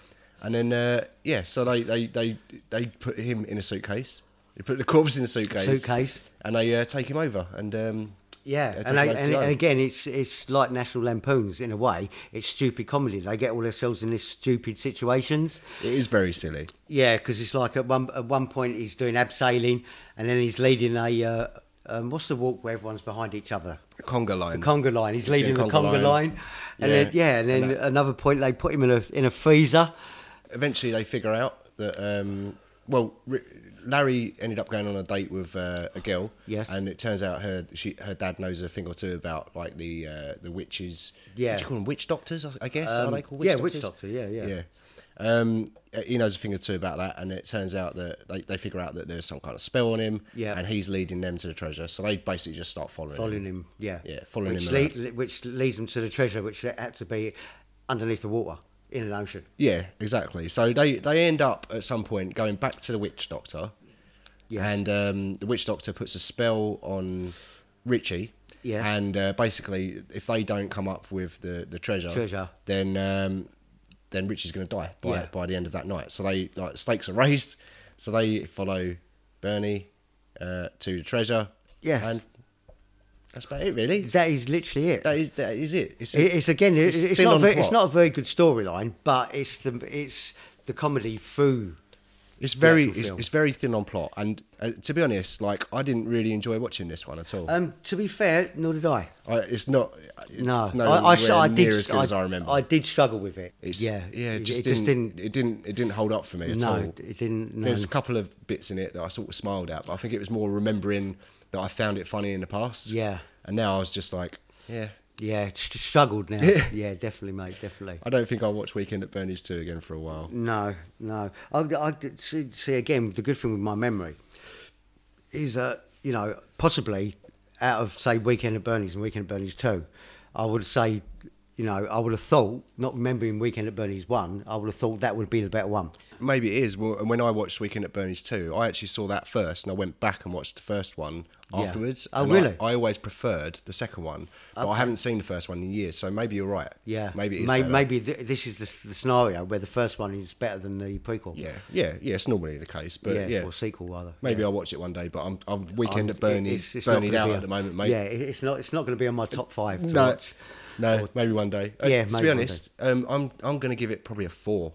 And then uh, yeah, so they, they they they put him in a suitcase. They put the corpse in a suitcase.
Suitcase.
And they uh, take him over, and um,
Yeah,
They're
and,
taking
they,
loads
and,
of
and
own.
again, it's it's like National Lampoons in a way. It's stupid comedy. They get all themselves in these stupid situations.
it is very silly.
Yeah, because it's like at one at one point he's doing abseiling, and then he's leading a uh, um, what's the walk where everyone's behind each other?
Conga line.
Conga line. He's
Yeah,
leading the
conga
conga line,
line.
and
Yeah.
then yeah, and then
And
another point they put him in a in a freezer.
Eventually, they figure out that. Um, well, R- Larry ended up going on a date with uh, a girl.
Yes.
And it turns out her she, her dad knows a thing or two about like the uh, the witches.
Yeah.
What do you call them witch doctors? I- I guess
Um,
are they called witch
yeah,
doctors?
witch doctor, yeah, yeah.
Yeah. Um, uh, he knows a thing or two about that, and it turns out that they, they figure out that there's some kind of spell on him,
Yeah.
and he's leading them to the treasure. So they basically just start following,
Following him, yeah,
Yeah, following
which
him
lea-
around.
le- which leads them to the treasure, which had to be underneath the water in an ocean.
Yeah, exactly. So they they end up at some point going back to the witch doctor,
Yes.
and um, the witch doctor puts a spell on Richie.
Yes.
and uh, basically, if they don't come up with the, the treasure,
Treasure.
then um, then Richie's going to die by
Yeah.
by the end of that night. So they like stakes are raised. So they follow Bernie uh, to the treasure.
Yes.
and that's about it, really.
That is literally it.
That is that is it. It's,
It- It's again, it's,
it's
it's
thin
not a
on
very, it's
plot.
not a very good storyline, but it's the it's the comedy through.
It's very
actual
it's,
film.
it's very thin on plot, and uh, to be honest, like I didn't really enjoy watching this one at all.
Um, to be fair, nor did I.
I, it's not it's
No,
no
I, I, sh- I
near
did.
as good
I,
as I remember.
I did struggle with it.
it's,
yeah,
yeah,
It,
it just,
it just
didn't,
didn't.
it didn't it didn't hold up for me at
no,
all.
it didn't. No.
There's a couple of bits in it that I sort of smiled at, but I think it was more remembering that I found it funny in the past.
Yeah.
and now I was just like, yeah,
Yeah, st- struggled now.
Yeah.
yeah, definitely, mate, definitely.
I don't think I'll watch Weekend at Bernie's two again for a while.
No, no. I, I did- see, see again. The good thing with my memory is that you know possibly out of say Weekend at Bernie's and Weekend at Bernie's two, I would say you know I would have thought not remembering Weekend at Bernie's one, I would have thought that would be the better one.
Maybe it is. Well, and when I watched Weekend at Bernie's 2, I actually saw that first and I went back and watched the first one
Yeah.
afterwards.
Oh,
And I-
really?
I, always preferred the second one, but I haven't seen the first one in years, so maybe you're right.
Yeah,
Maybe it is.
May-
better.
maybe th- this is the, s- the scenario where the first one is better than the prequel.
Yeah, yeah, yeah. It's normally the case, but
yeah,
yeah.
or sequel rather.
maybe
Yeah.
I'll watch it one day, but I'm, I'm Weekend
I'm-
at Bernie's
it's- it's not
Bernie'd
gonna
out
be
at
on-
the moment, mate.
Yeah, it- it's not. It's not going to be on my top five to
No,
watch.
no, maybe one day. Uh,
Yeah,
to
maybe
be
one
honest, um, I'm I'm going to give it probably a four.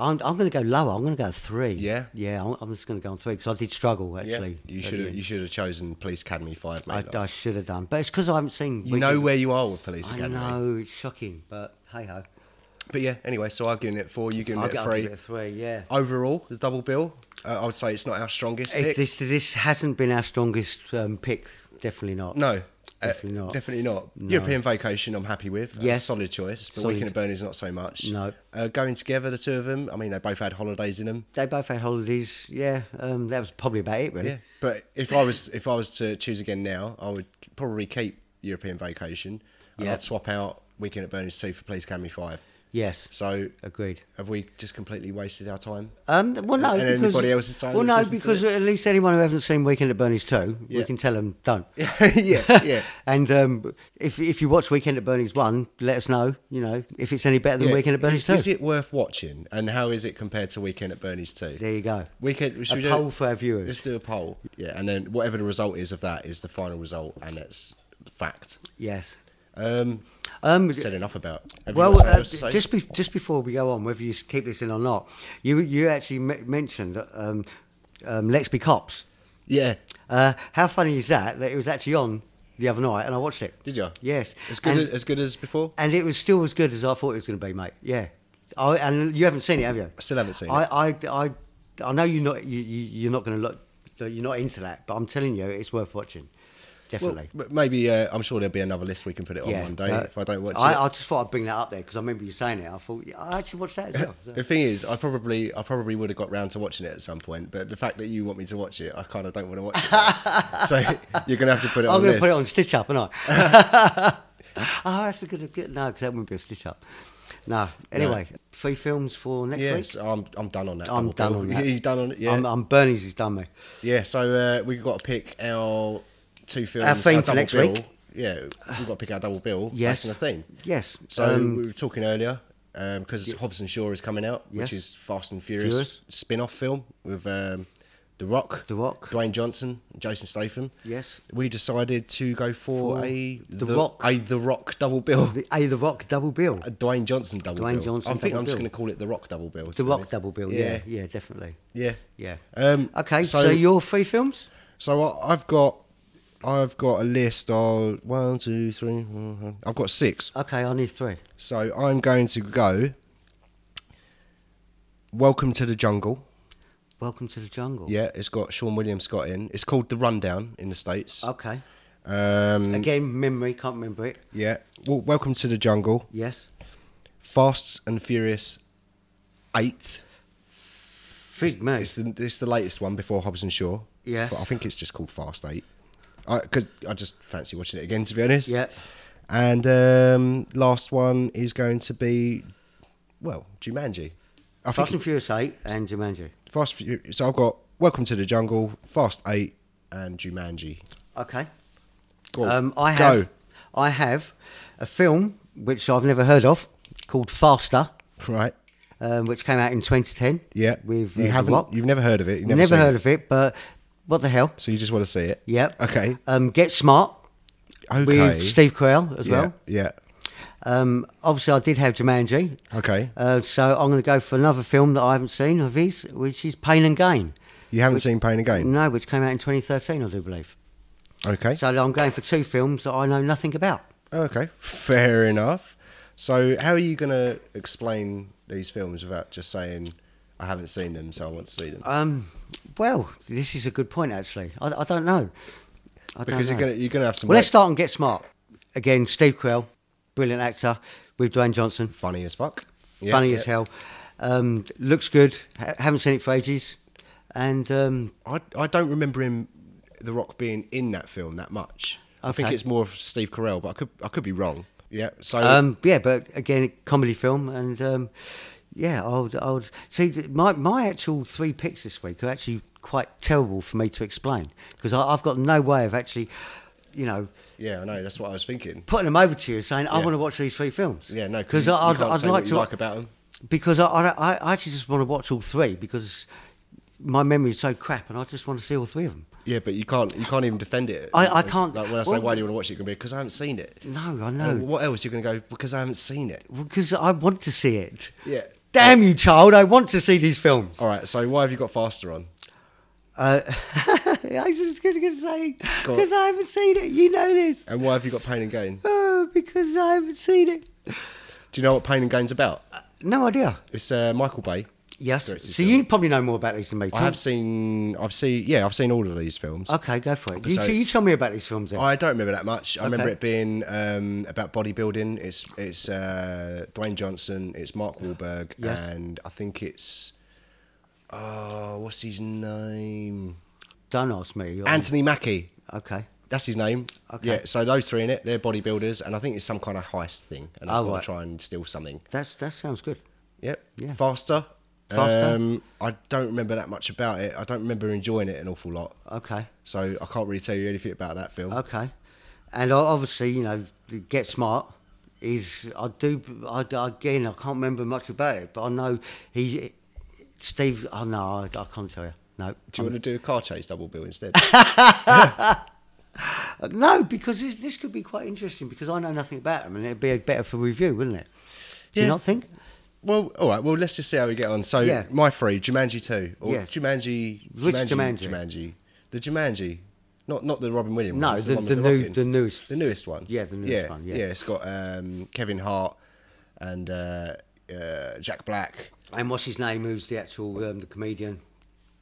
I'm, I'm going to go lower. I'm going to go three.
Yeah?
Yeah, I'm, I'm just going to go on three because I did struggle actually.
you
at
should
the
have
end.
you should have chosen Police Academy Five,
I,
mate.
I
Lars.
should have done, but it's because I haven't seen.
you know where you are with Police
I
Academy.
know it's shocking, but hey ho.
But yeah, anyway, so I've given it four, you've given
I'll
it
get
a
I'll
three.
give it a three. Yeah.
Overall, the double bill, uh, I would say it's not our strongest
It-
pick.
this this hasn't been our strongest um, pick. Definitely not.
no. uh,
Definitely not.
Definitely not. European Vacation, I'm happy with. That's a
Yes.
solid choice. But
Solid.
Weekend at Bernie's, not so much.
No.
Uh, going together, the two of them, I mean, they both had holidays in them.
They both had holidays. Yeah. Um, that was probably about it really.
Yeah. But if I was if I was to choose again now, I would probably keep European Vacation. And
Yeah.
I'd swap out Weekend at Bernie's 2 for Police Academy 5.
Yes.
So uh,
Agreed.
have we just completely wasted our time?
Um, well, no.
And
because,
anybody else's time
Well,
that's
no,
listened to
because
this?
at least anyone who hasn't seen Weekend at Bernie's two, we
Yeah.
can tell them don't.
yeah, yeah.
and um, if if you watch Weekend at Bernie's one, let us know. You know if it's any better than
Yeah,
Weekend at Bernie's
is,
two.
Is it worth watching? And how is it compared to Weekend at Bernie's
there
two?
you go.
Weekend. Should
A
we do-
poll for our viewers.
Let's do a poll. Yeah, and then whatever the result is of that is the final result, and it's fact.
Yes.
Um,
Um,
said enough about. have you
well,
got something
uh,
else to say?
just be, just before we go on, whether you s- keep this in or not, you you actually m- mentioned um, um, Let's Be Cops.
yeah.
Uh, how funny is that? That it was actually on the other night, and I watched it.
Did you?
Yes.
As good as,
And-
as good as before.
and it was still as good as I thought it was going to be, mate. Yeah. I, and you haven't seen it, have you?
I still haven't seen
I, it. I, I, I know you're not you, you, you're not going to look that you're not into that, but I'm telling you, it's worth watching.
Well,
Definitely.
but maybe uh, I'm sure there'll be another list we can put it on one day
but
if I don't watch
I,
it.
I just thought I'd bring that up there because I remember you saying it. I thought yeah, I actually watched that as well. so-
the thing is, I probably, I probably would have got round to watching it at some point, but the fact that you want me to watch it, I kind of don't want to watch it. so you're gonna have to put it.
I'm
on
going
list.
to put it on stitch up, aren't I? oh, that's a good, good no, because that wouldn't be a stitch up. No. Anyway, three films for next
Yes,
week.
I'm, I'm done on that.
I'm
double
done
bill.
on that.
You done on it? Yeah.
I'm, I'm Bernie's. He's done me.
yeah. So uh, we've got to pick our two films.
Our theme for
double
next
bill.
week.
Yeah, we've got to pick our double bill.
Yes.
Based on the theme.
Yes.
So
um,
we were talking earlier because Hobbs and Shaw is coming out,
Yes.
which is Fast and Furious,
Furious.
spin-off film with um, The Rock,
The Rock.
Dwayne Johnson, Jason Statham.
Yes.
We decided to go for,
For
a
The Rock.
a The Rock double bill,
The, a The Rock double bill.
a Dwayne Johnson double
Dwayne
bill.
Johnson
I think
double
I'm just
bill.
going to call it The Rock double bill. to
The
be
Rock
honest.
double bill. Yeah. Yeah. definitely.
yeah,
Yeah.
Um,
Okay. So, your three films.
So I- I've got, I've got a list of one, two, three. four, I've got six.
Okay. I need three.
So I'm going to go. Welcome to the Jungle.
Welcome to the Jungle.
Yeah, it's got Sean William Scott in. It's called The Rundown in the states.
Okay.
Um,
Again, memory. Can't remember it.
yeah. Well, Welcome to the Jungle.
Yes.
Fast and Furious Eight.
Fig me.
It's the, it's the latest one before Hobbs and Shaw.
Yes.
But I think it's just called Fast Eight. Because I, just fancy watching it again, to be honest.
Yeah.
And um, last one is going to be, well, Jumanji. I
Fast
think
and Furious Eight and Jumanji.
Fast. Fu- So I've got Welcome to the Jungle, Fast Eight, and Jumanji.
Okay.
Go.
Um, I
Oh, Go.
have. I have a film which I've never heard of called Faster,
Right.
um, which came out in 2010.
Yeah.
With uh,
you
The
haven't.
Rock.
You've never heard of it. You've never,
Never,
seen
heard
it.
of it, but what the hell?
So you just want to see it.
Yep.
Okay.
Um, Get Smart
Okay.
with Steve Carell as
yeah.
well.
Yeah.
Um, obviously, I did have Jumanji,
Okay.
uh, so I'm going to go for another film that I haven't seen of his, which is Pain and Gain.
You haven't seen Pain and Gain.
No, which came out in 2013, I do believe.
Okay.
Mm.
Oh,
So I'm going for two films that I know nothing about.
Okay, fair enough. So, how are you going to explain these films without just saying, I haven't seen them, so I want to see them?
Um, well, this is a good point, actually. I, I don't know. I don't
because you're
know.
going to you're gonna have some
Well, let's
work-
start and Get Smart. Again, Steve Carell, brilliant actor, with Dwayne Johnson,
funny as fuck. Yeah,
funny
yeah.
as hell. Um, looks good. Ha- haven't seen it for ages, and um,
I, I don't remember him, The Rock, being in that film that much. I think
Okay.
it's more of Steve Carell, but I could I could be wrong. Yeah. So,
um, yeah, but again, comedy film, and um, yeah, I would, I would see th- my my actual three picks this week are actually quite terrible for me to explain because I've got no way of actually, you know.
yeah, I know that's what I was thinking.
Putting them over to you, saying I
Yeah.
want to watch these three films.
Yeah, no,
because
you- you
I'd,
can't
I'd
say
like
what
to
you like about them.
because I, I, I actually just want to watch all three because my memory is so crap and I just want to see all three of them.
Yeah, but you can't you can't even defend it.
I- I
It's
can't-
Like when I say
well-
why do you want to watch it, you can be because I haven't seen it.
No, I know.
What else? You're going to go because I haven't seen it.
Because I want to see it.
Yeah.
Damn you, child, I want to see these films.
All right. So why have you got faster on?
Uh, I was just going to say,
Go on.
because I haven't seen it. You know this.
And why have you got pain and gain?
Oh, because I haven't seen it.
Do you know what pain and gain's about?
No idea.
It's uh, Michael Bay.
Yes.
Directed
So
film.
you probably know more about these than me,
I
Tom.
have seen. I've seen. Yeah, I've seen all of these films.
Okay, go for it. You,
So-
t- you tell me about these films then.
I don't remember that much. I remember
Okay.
it being um, about bodybuilding. It's it's uh, Dwayne Johnson. It's Mark Wahlberg,
Yes.
and I think it's oh, what's his name?
Don't ask me. I-
Anthony Mackie.
Okay.
That's his name.
Okay.
Yeah. So those three in it, they're bodybuilders, and I think it's some kind of heist thing, and I've
Oh,
got
right.
to try and steal something.
That's, that sounds good.
Yep.
Yeah.
Faster.
Faster.
Um, I don't remember that much about it. I don't remember enjoying it an awful lot.
Okay.
So I can't really tell you anything about that film.
Okay, and o- obviously, you know, the Get Smart is I do I, I- again. I can't remember much about it, but I know he, Steve. Oh no, I, I can't tell you. No,
Do you want to do a car chase double bill instead?
Uh, no, because this, this could be quite interesting because I know nothing about him, and it'd be better for review, wouldn't it? Do
Yeah.
you not think?
well, all right. Well, let's just see how we get on. So
Yeah.
my three: Jumanji two, or
Yes.
Jumanji,
Which
Jumanji,
Jumanji?
Jumanji? the Jumanji, not not the Robin Williams.
No,
one, it's
the-
one with
the
Rock
new-
in.
the newest-
the newest one.
Yeah, the newest one, yeah.
it's got um, Kevin Hart and uh, uh, Jack Black.
And what's his name? Who's the actual um, the comedian?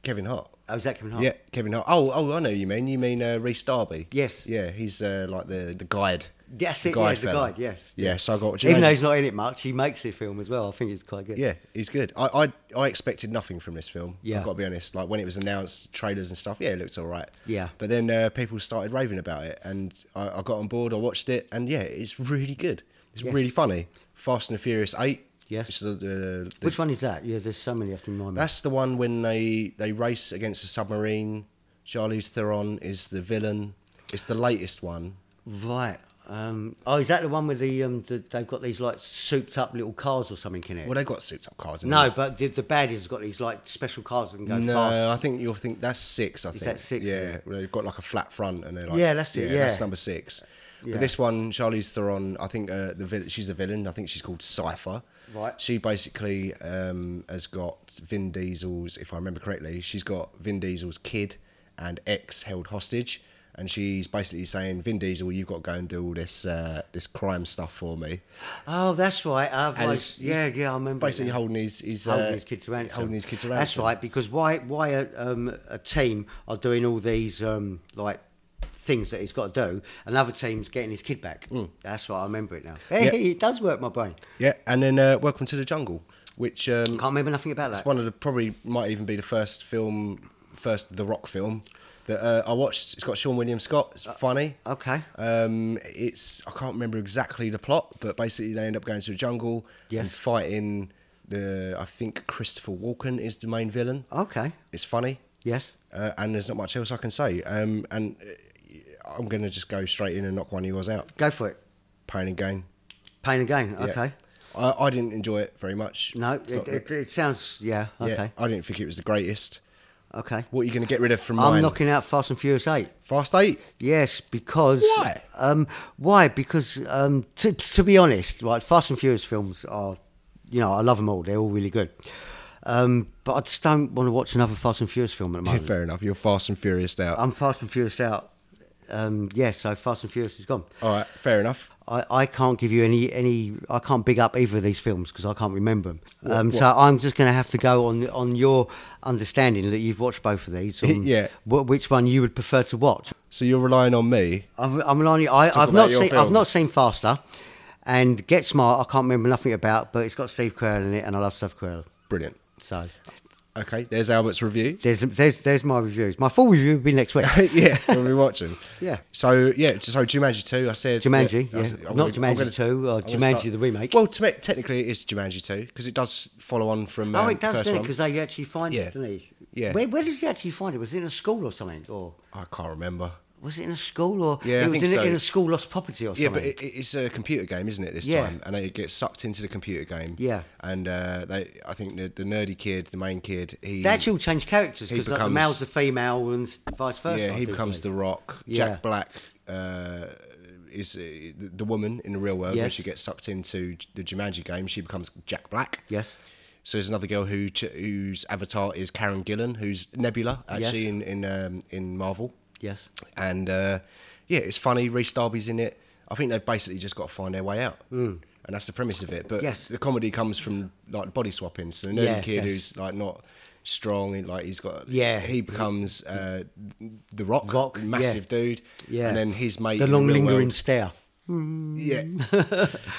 Kevin Hart.
Oh, is that Kevin Hart?
Yeah, Kevin Hart. Oh, oh, I know who you mean. You mean uh, Reese Darby?
Yes.
Yeah, he's uh, like the the guide.
That's it, yeah, the
fella.
guide, yes.
Yeah, so I got. do you
Even though
imagine-
he's not in it much, he makes the film as well. I think it's quite good.
yeah, he's good. I, I I expected nothing from this film.
Yeah.
I've got to be honest. Like when it was announced, trailers and stuff. Yeah, it looked all right.
Yeah.
But then uh, people started raving about it, and I, I got on board. I watched it, and yeah, it's really good. It's
Yes.
really funny. Fast and the Furious Eight.
Yes.
Which is the, the, the-
Which one is that? Yeah, there's so many after my mind.
that's the one when they they race against a submarine. Charlize Theron is the villain. It's the latest one.
Right. Um, oh, is that the one with the, um, the they've got these like souped up little cars or something in it?
Well, they've got souped up cars. haven't
no,
they?
but the, the baddies have got these like special cars that can go
no,
fast.
I think you'll think that's six. I think
that six,
Yeah,
is it?
where they've got like a flat front, and they're like,
Yeah, that's it,
that's
yeah.
number six.
Yeah.
But this one, Charlize Theron, I think uh, the villain, she's a villain. I think she's called Cipher.
Right.
She basically um, has got Vin Diesel's, if I remember correctly, she's got Vin Diesel's kid and ex held hostage, and she's basically saying, Vin Diesel, you've got to go and do all this uh, this crime stuff for me.
Oh, that's right.
And
Otherwise,
it's-
yeah, yeah, I remember. it
Basically
now.
holding his, his
holding
uh,
his kid to ransom.
Holding his kid to ransom.
That's right, because why why a, um, a team are doing all these um, like things that he's got to do, another team's getting his kid back. That's right, I remember it now. Hey,
Mm. Yeah.
it does work my brain.
Yeah, and then uh, Welcome to the Jungle, which um,
Can't remember nothing about that.
it's one of the probably might even be the first film, first The Rock film that uh, I watched. It's got Sean William Scott.
Uh,
It's funny.
okay.
Um, it's I can't remember exactly the plot, but basically they end up going to the jungle and
Yes.
fighting the. I think Christopher Walken is the main villain.
Okay.
It's funny,
Yes.
uh, and there's not much else I can say. Um, and uh, I'm gonna just go straight in and knock one of yours out.
Go for it.
Pain and gain.
Pain and gain.
Yeah.
Okay.
I, I didn't enjoy it very much.
No,
It's not
it, it, it sounds yeah.
Yeah,
Okay.
I didn't think it was the greatest.
Okay.
What are you going to get rid of from mine?
I'm knocking out Fast and Furious Eight.
Fast eight.
Yes, because
Why?
Um, why? Because um, to, to be honest, right, Fast and Furious films are, you know, I love them all. They're all really good. Um, but I just don't want to watch another Fast and Furious film at the moment.
Fair enough. You're fast and furious out.
I'm Fast and Furious out. Um, yeah, so Fast and Furious is gone.
All right. Fair enough.
I, I can't give you any any. I can't big up either of these films because I can't remember them. Um, so I'm just going to have to go on on your understanding that you've watched both of these. on
Yeah.
wh- which one you would prefer to watch?
So you're relying on me.
I'm, I'm only, I,
talk
I've not
about your
seen. I've
films.
not seen Faster, and Get Smart. I can't remember nothing about, but it's got Steve Carell in it, and I love Steve Carell.
Brilliant.
So
Okay. There's Albert's review.
there's there's there's my reviews. My full review will be next week.
yeah. We'll be watching.
Yeah.
So yeah. So Jumanji two. I said
Jumanji,
I
yeah.
said- I'm
Not
gonna- I'm
Jumanji
gonna-
2, uh,
I'm gonna
Jumanji the remake.
Well, te- technically it is Jumanji two because it does follow on from.
Oh,
um,
it does,
first
doesn't it?
one.
Because they actually find
Yeah.
it, don't they?
Yeah.
Where, where does he actually find it? Was it in a school or something, or
I can't remember.
was it in a school or
Yeah, I
it was
think
in, a-
so.
in a school lost property or something?
Yeah, but it, it- it's a computer game, isn't it? This
Yeah.
time, and it gets sucked into the computer game.
Yeah.
and uh, they, I think the, the nerdy kid, the main kid, he
they actually all change characters
he
because like, the
becomes-
male's the female and s- vice versa.
yeah,
I
he
think,
becomes
don't
the Rock.
Yeah.
Jack Black uh, is uh, the the woman in the real world.
Yeah.
When she gets sucked into J- the Jumanji game, she becomes Jack Black.
they? Yes.
So there's another girl who ch- whose avatar is Karen Gillan, who's Nebula actually in in um, in Marvel.
Yes.
And uh, yeah, it's funny. Reese Darby's in it. I think they've basically just got to find their way out. Mm. And that's the premise of it. But
Yes.
the comedy comes from like body swapping. So the nerdy
Yeah,
kid
yes.
who's like not strong and like he's got
Yeah.
he becomes uh, the rock,
Rock,
massive dude.
Yeah.
And then his mate
The
in
long
real
lingering
world-
stare.
Yeah.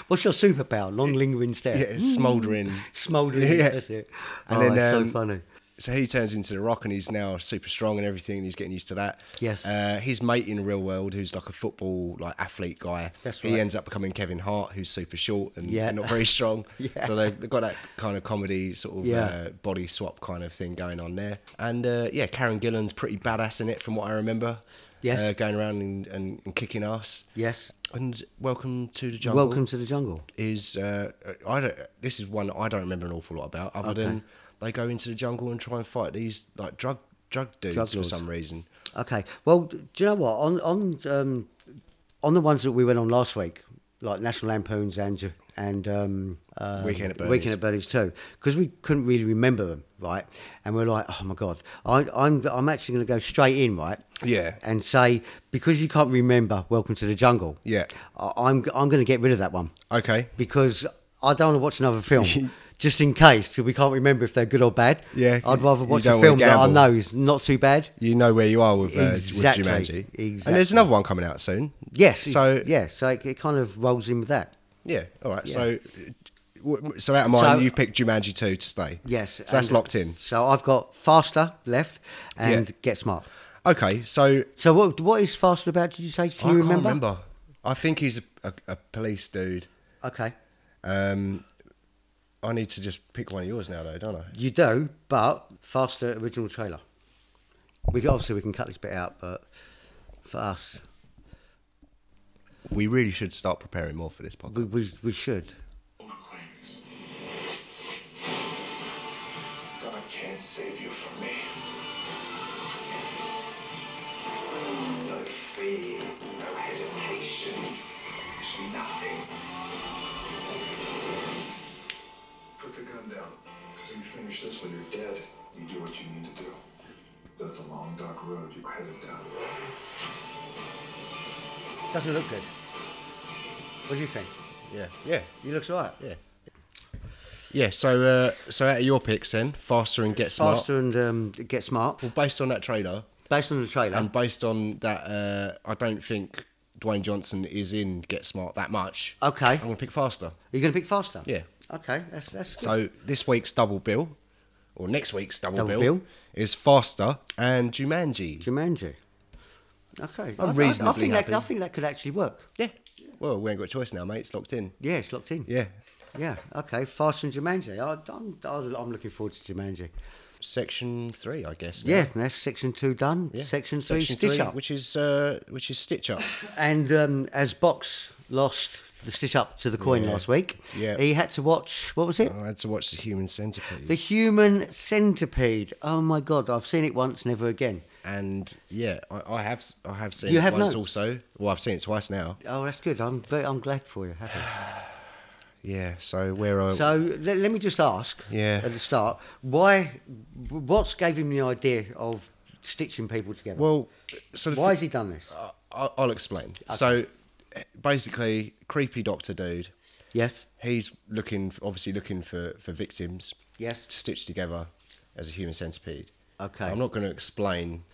What's your superpower? Long lingering stare.
yeah smouldering.
Mm. Smoldering.
Yeah.
That's it.
And
oh,
then,
it's
um,
so funny.
So he turns into the rock and he's now super strong and everything and he's getting used to that.
Yes.
Uh, his mate in the real world, who's like a football like athlete guy,
That's
he
right.
ends up becoming Kevin Hart, who's super short and
Yeah.
not very strong.
Yeah.
So they've they've got that kind of comedy sort of
Yeah.
uh, body swap kind of thing going on there. And uh, yeah, Karen Gillan's pretty badass in it from what I remember.
Yes.
Uh, going around and, and, and kicking ass.
Yes.
And Welcome to the Jungle
Welcome to the jungle.
is uh, I don't. This is one I don't remember an awful lot about, other than they go into the jungle and try and fight these like drug drug dudes
Drug
for
lords.
some reason.
Okay. Well, d- do you know what? On on um, on the ones that we went on last week, like National Lampoons and J- and um, um,
Weekend at Bernie's.
Weekend at Bernie's too, because we couldn't really remember them, right? And we're like, oh my god, I, I'm I'm actually going to go straight in, right?
Yeah.
And say because you can't remember Welcome to the Jungle.
Yeah.
I, I'm I'm going to get rid of that one
Okay.
because I don't want to watch another film. Just in case, 'cause we can't remember if they're good or bad.
Yeah,
I'd rather
you
watch
don't
a
wanna
film that I
gamble.
know is not too bad.
You know where you are with, uh,
Exactly,
with Jumanji. And there's
exactly.
another one coming out soon.
Yes.
So
So yeah, so it, it kind of rolls in with that.
yeah. All right.
Yeah.
So w- so out of mine,
So-
you've picked Jumanji two to stay.
Yes.
So that's
and-
locked in.
So I've got faster left and
Yeah.
get smart.
Okay. So
So what what is faster about? Did you say? Can
I
you
can't
remember?
remember. I think he's a, a, a police dude.
Okay,
Um, I need to just pick one of yours now, though, don't I?
you do, but faster original trailer. We can, obviously we can cut this bit out, but for us,
We really should start preparing more for this podcast.
We, we, we should.
God can't save you from me. No fear, no hesitation, there's nothing. Put the gun down, because if you finish this one, you're dead. You do what you need to do. That's a long, dark road you're headed down.
Doesn't look good. What do you think?
Yeah, yeah,
He looks all right.
yeah, yeah. So, uh, so out of your picks, then faster and get smart.
Faster and um, get smart.
Well, based on that trailer
Based on the trailer.
and based on that, uh, I don't think Dwayne Johnson is in Get Smart that much.
okay.
I'm gonna pick faster.
Are you going to pick faster?
Yeah.
Okay, that's that's good.
So this week's double bill, or next week's double,
Double
bill,
bill.
is faster and Jumanji.
Jumanji. Okay. I- I- I,
reasonably
think that I
happy.
think that could actually work.
yeah. Well, we ain't got a choice now, mate. It's locked in.
Yeah, it's locked in.
Yeah.
Yeah. Okay. Faster and Jumanji. I, I'm I- I'm looking forward to Jumanji.
Section three, I guess. now.
Yeah, that's section two done.
Yeah.
Section three, stitch up.
which is uh, which is stitch up.
And um, as Box lost the stitch up to the coin
Yeah.
last week,
Yeah. Uh,
he had to watch what was it?
I had to watch the Human Centipede,
The Human Centipede. Oh my God! I've seen it once, never again.
and yeah, I, I have I have seen
You
it
have
once
notes?
also. Well, I've seen it twice now.
Oh, that's good. I'm very, I'm glad for you. Happy.
Yeah. So where I
So let, let me just ask
Yeah.
at the start why, what's gave him the idea of stitching people together?
well, so the
why
thi-
has he done this?
I- I'll, I'll explain. So basically, creepy doctor dude.
Yes,
He's looking, obviously looking for, for victims.
Yes.
To stitch together as a human centipede.
Okay.
I'm not going to explain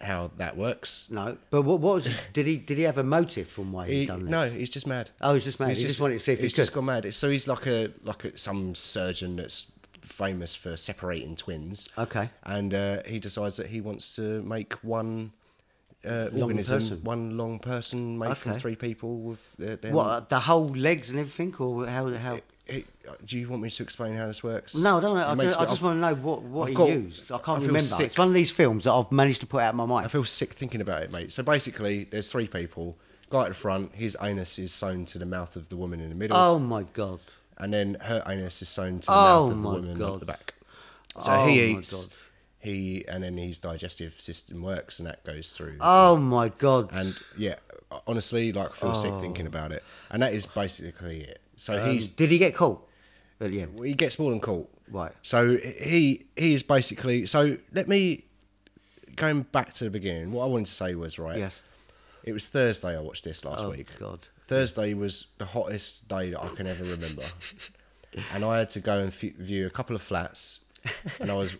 how that works.
no. But what, what was did he did he have a motive from why he,
He-
done this?
no, he's just mad.
Oh, he's just mad. He just wanted to see if he
he's just
could.
gone mad. So he's like a like a, some surgeon that's famous for separating twins.
Okay.
And uh, he decides that he wants to make one. Uh, organism,
person.
one long person made from
Okay.
three people with uh, their, their
What uh, the whole legs and everything, or how how?
It, uh, do you want me to explain how this works?
No, I don't know.
It
I
makes
just,
me-
I just want to know what, what
I've
he
got-
used. I
I
can't
feel
remember.
sick.
It's one of these films that I've managed to put out of my
I
mind.
feel sick thinking about it, mate. So basically, there's three people. Guy at the front, his anus is sewn to the mouth of the woman in the middle,
Oh my god!
and then her anus is sewn to the mouth of
Oh
the
my
woman
God.
at the back. So
Oh
he
my
eats,
God.
he, and then his digestive system works, and that goes through.
Oh my god!
And yeah, honestly, like I feel sick thinking about it, and that is basically it. So
Oh. Um,
he's
did he get caught? At the end?
he gets more than caught.
Right.
So he he is basically so let me going back to the beginning, what I wanted to say was right.
Yes.
It was Thursday I watched this last
Oh,
week.
God.
Thursday was the hottest day that I can ever remember. and I had to go and f- view a couple of flats and I was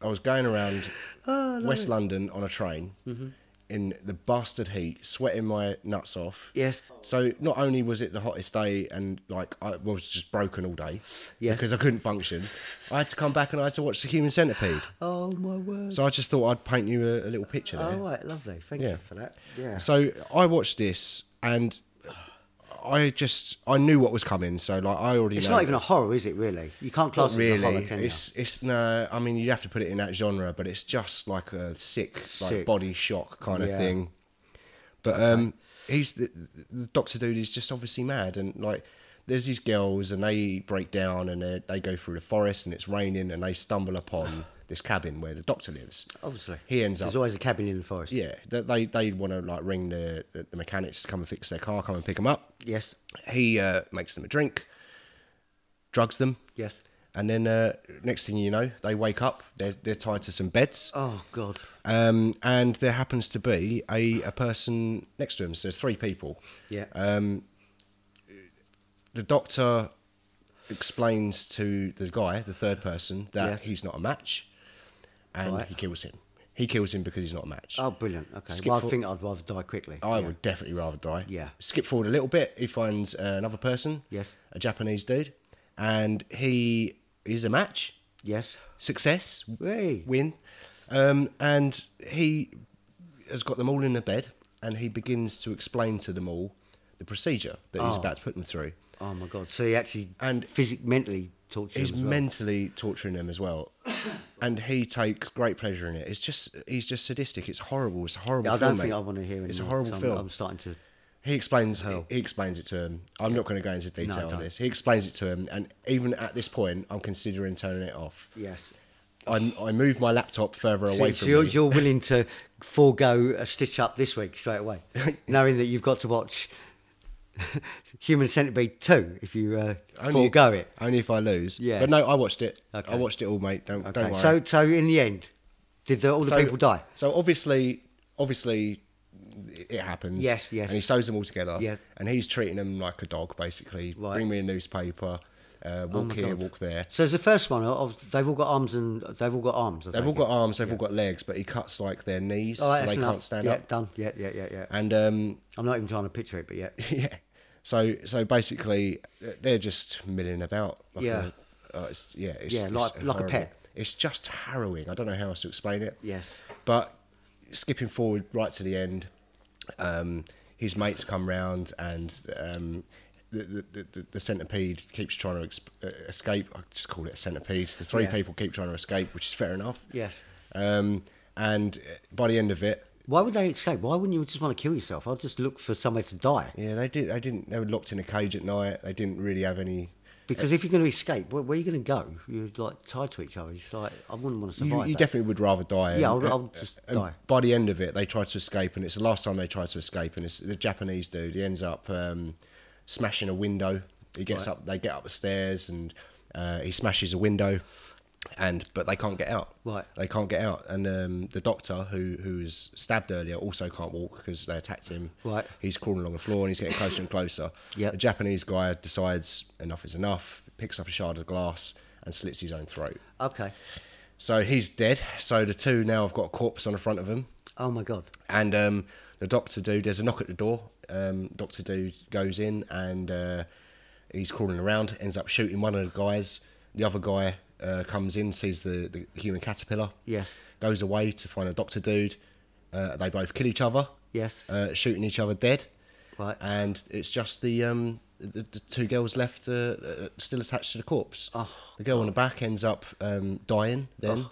I was going around
Oh,
West London on a train
Mm-hmm.
in the bastard heat, sweating my nuts off.
Yes.
So not only was it the hottest day, and like I was just broken all day
Yes.
because I couldn't function, I had to come back and I had to watch the Human Centipede.
Oh my word!
So I just thought I'd paint you a, a little picture there.
All right, lovely. Thank
Yeah.
you for that. Yeah.
So I watched this and I just I knew what was coming. So like I already
it's
know
not even a horror, is it? Really? You can't class
not
it as a
really.
horror, can you?
It's it's no. I mean, you'd have to put it in that genre, but it's just like a sick, like
Sick.
body shock kind
Yeah.
of thing. But um, he's the, the doctor dude is just obviously mad, and like there's these girls, and they break down, and they- they go through the forest, and it's raining, and they stumble upon this cabin where the doctor lives.
Obviously.
he ends
There's
up.
always a cabin in the forest.
Yeah, that they they want to like ring the the mechanics to come and fix their car, come and pick them up.
Yes.
He uh, makes them a drink, drugs them,
Yes.
and then uh, next thing you know, they wake up. They're, they're tied to some beds,
Oh God.
um, and there happens to be a, a person next to him. So there's three people.
Yeah.
uh, The doctor explains to the guy, the third person, that
Yes.
he's not a match, and
Right.
he kills him. He kills him because he's not a match.
oh, brilliant. Okay.
skip
Well, I
for-
think I'd rather die quickly.
I
Yeah.
would definitely rather die.
Yeah.
Skip forward a little bit. He finds uh, another person.
Yes.
A Japanese dude, and he is a match.
Yes.
success,
Hey.
win, um, and he has got them all in a bed, and he begins to explain to them all the procedure that he's about to put them through.
Oh my God. So he actually
And-
physically, mentally tortured
He's
him as well.
mentally torturing them as well, and he takes great pleasure in it. It's just he's just sadistic. It's horrible. It's a horrible.
Yeah, I
film,
don't think
mate.
I want to hear any
It's a
more,
horrible
so I'm-
film.
I'm starting to
He explains
Hell.
He explains it to him. I'm not going to go into detail on
don't.
this. He explains it to him, and even at this point, I'm considering turning it off.
Yes.
I, I move my laptop further
So,
away
so
from
you're,
me.
you're willing to forego a stitch up this week straight away, knowing that you've got to watch Human Centipede 2 if you uh, forego it.
Only if I lose.
Yeah.
But no, I watched it. I
Okay.
watched it all, mate. Don't
Okay.
don't worry.
So, so in the end, did the, all the people die?
So obviously, obviously, it happens.
Yes, yes.
And he sews them all together.
Yeah.
And he's treating them like a dog, basically.
Right. Oh
Bring me a newspaper. Uh, walk
my
here,
God.
walk there.
So it's the first one. Of, they've all got arms and they've all got arms. I
They've
take
all got
it.
arms. They've all got legs, but he cuts like their knees,
All right,
so
Oh, that's
they
enough.
can't stand
yeah,
up.
Done. Yeah, yeah, yeah, yeah.
And um,
I'm not even trying to picture it, but yeah.
yeah. So so basically, they're just milling about. Like
Yeah.
A, uh, it's, yeah. It's,
Yeah,
it's
like- like a
horrible.
pet.
It's just harrowing. I don't know how else to explain it.
Yes.
But skipping forward right to the end, um, his mates come round and. Um, the, the, the, the centipede keeps trying to exp- uh, escape. I just call it a centipede. The three
Yeah.
people keep trying to escape, which is fair enough.
Yes.
Um, and uh, by the end of it,
Why would they escape? Why wouldn't you just want to kill yourself? I'll just look for somewhere to die.
yeah, they did. They didn't. They were locked in a cage at night. They didn't really have any
Because if you're going to escape, where, where are you going to go? You're like tied to each other. It's like I wouldn't want to
You,
survive.
you
that.
definitely would rather die.
Yeah, I'll- I'll just
and
die.
By the end of it, they try to escape, and it's the last time they try to escape, and it's the Japanese dude. He ends up um, smashing a window. He gets
Right.
up. They get up the stairs, and uh, he smashes a window, and but they can't get out.
Right.
They can't get out, and um, the doctor who who was stabbed earlier also can't walk because they attacked him.
Right.
He's crawling along the floor, and he's getting closer and closer.
Yep.
The Japanese guy decides enough is enough. Picks up a shard of glass and slits his own throat.
Okay.
So he's dead. So the two now have got a corpse on the front of them.
Oh my god.
And um, the doctor dude, there's a knock at the door. Um, doctor dude goes in and uh, he's crawling around, ends up shooting one of the guys. The other guy uh, comes in, sees the, the human caterpillar.
Yes.
Goes away to find a doctor dude. Uh, they both kill each other.
Yes.
Uh, shooting each other dead.
Right.
And it's just the um, the, the two girls left, uh, uh, still attached to the corpse.
Oh,
the girl on the back ends up um, dying then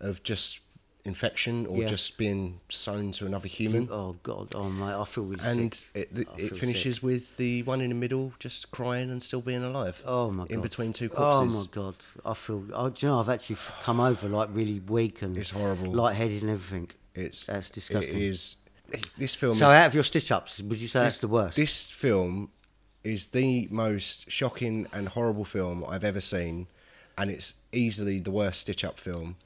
Oh.
of just infection or
Yes.
just being sewn to another human.
Oh god. Oh my. I feel really
And
sick.
it, it,
I
it
feel
finishes with the one in the middle just crying and still being alive.
Oh my god.
In between two corpses.
Oh my god. I feel. Oh, do you know I've actually f- come over like really weak and
It's horrible.
lightheaded and everything.
It's
that's disgusting.
It is. This film
So
is
out of your stitch ups, would you say that's the worst?
This film is the most shocking and horrible film I've ever seen, and it's easily the worst Stitch Up film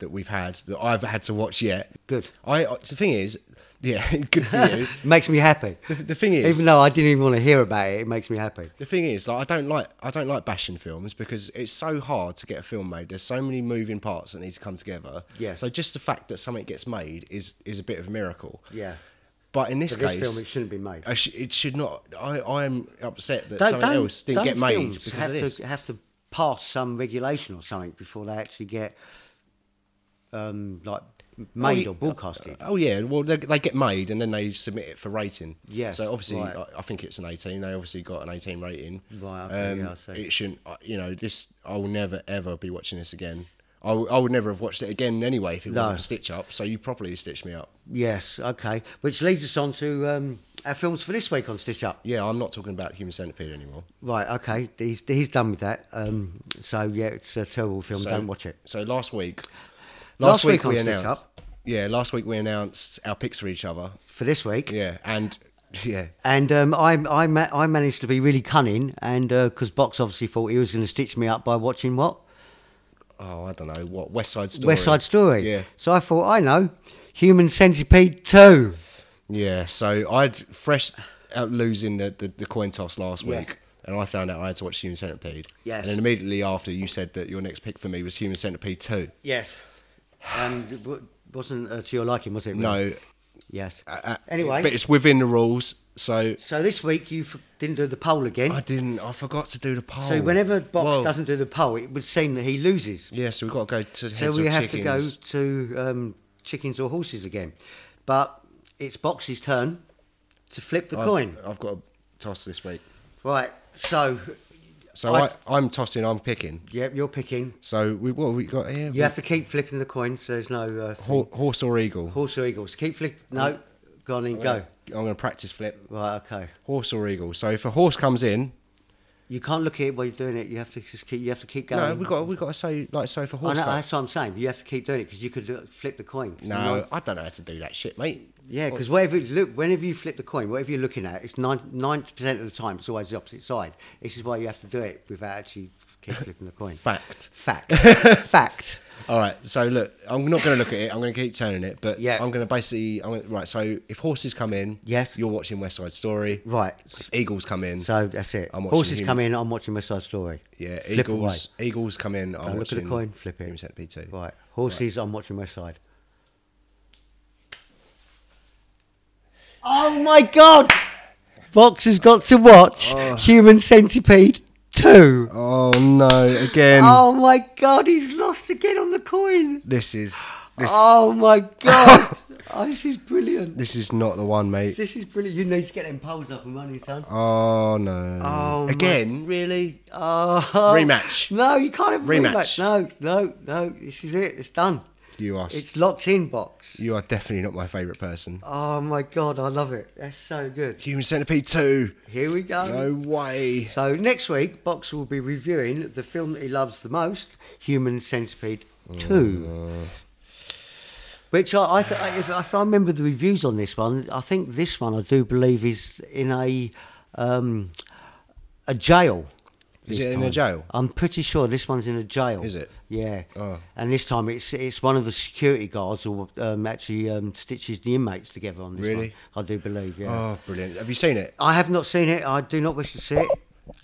that we've had that I've had to watch yet.
Good.
I the thing is, yeah, good for you.
makes me happy.
The, the thing is,
even though I didn't even want to hear about it, it makes me happy.
the thing is, like, I don't like I don't like bashing films because it's so hard to get a film made. There's so many moving parts that need to come together.
Yes.
So just the fact that something gets made is is a bit of a miracle.
Yeah.
But in this
But this
case,
film, it shouldn't be made.
I sh- it should not. I, I am upset that something else didn't
don't
get made
films
because
have
of this.
to have to pass some regulation or something before they actually get um, like made
yeah.
or broadcasted.
Oh yeah, well they, they get made and then they submit it for rating.
Yes,
So obviously,
right.
I, I think it's an eighteen. They obviously got an eighteen rating. Um,
Right, okay, yeah, I see.
It shouldn't. I- You know, this I will never ever be watching this again. I, w- I would never have watched it again anyway if it wasn't
No.
for Stitch Up. So you probably stitched me up.
Yes, okay. Which leads us on to um, our films for this week on Stitch Up.
Yeah, I'm not talking about Human Centipede anymore.
Right, okay. He's, he's done with that. Um, so yeah, it's a terrible film.
So-
Don't watch it.
So last week,
Last week on Stitch
announced. Yeah, last week we announced our picks for each other.
For this week,
Yeah, and yeah,
And um, I, I, ma- I managed to be really cunning, and because Box obviously thought he was going to stitch me up by watching what
oh, I don't know what West Side Story.
West Side Story.
Yeah,
So I thought, I know, Human Centipede Two.
yeah. So I'd fresh out losing the, the, the coin toss last
Yes.
week, and I found out I had to watch Human Centipede.
Yes.
And then immediately after, you said that your next pick for me was Human Centipede Two.
Yes. Um, it w- wasn't uh, to your liking, was it? really?
No.
Yes.
uh,
anyway,
but it's within the rules, so
so this week you f- didn't do the poll again.
I didn't. I forgot to do the poll.
so whenever Box
Well,
doesn't do the poll, it would seem that he loses.
Yeah, so we've got to go to
So
heads
we
or
have
chickens.
to go to um, chickens or horses again. But it's Box's turn to flip the
I've-
coin.
I've got to toss this week.
Right. So
So I,
I've-
I'm tossing. I'm picking.
Yep, you're picking.
So we, what have we got here?
You have to keep flipping the coin, so there's no uh,
Hor- horse or eagle.
horse or eagles. Keep flip. No, Go on in, go.
I'm going to practice flip.
Right, okay.
Horse or eagle. So if a horse comes in,
You can't look at it while you're doing it. You have to just keep. You have to keep going.
no, we got we got to say like so if a
I
horse.
know,
comes,
that's what I'm saying. You have to keep doing it because you could uh, flip the coin. 'Cause
no,
you're-
I don't know how to do that shit, mate.
Yeah, because whatever look, whenever you flip the coin, whatever you're looking at, it's ninety percent of the time it's always the opposite side. This is why you have to do it without actually keep flipping the coin.
Fact.
Fact. Fact.
All right, so look, I'm not going to look at it. I'm going to keep turning it, but
Yeah.
I'm going to basically. I'm gonna, right, so if horses come in,
Yes.
you're watching West Side Story.
Right.
If eagles come in,
So that's it.
I'm watching
Horses
him.
come in. I'm watching West Side Story.
yeah,
Flip
eagles. Eagles come in. I'm
Away. I look at
watching
the coin. Flip it.
Human Centipede 2.
Right. Horses. I'm watching West Side. Oh my God! Fox has got to watch Human Centipede Two.
Oh no! Again,
Oh my god, he's lost again on the coin.
this is this.
Oh my god. oh, this is brilliant.
This is not the one, mate.
This is brilliant. You need to get them poles up and running, son.
Oh no!
Oh, my-
again, really?
Oh.
Rematch.
No, you can't have a
Rematch.
rematch. No, no, no. This is it. It's done.
You are.
It's locked in, box.
you are definitely not my favourite person.
Oh my god, I love it. That's so good.
Human Centipede Two.
Here we go.
No way.
So next week, Box will be reviewing the film that he loves the most, Human Centipede Two,
Mm.
which I, I th- if, if I remember the reviews on this one, I think this one I do believe is in a um, a jail.
Is
this
it in a
time.
jail?
I'm pretty sure this one's in a jail.
Is it?
Yeah.
Oh.
And this time it's it's one of the security guards who um, actually um, stitches the inmates together on this
Really?
one. I do believe. Yeah.
Oh, brilliant! Have you seen it?
I have not seen it. I do not wish to see it.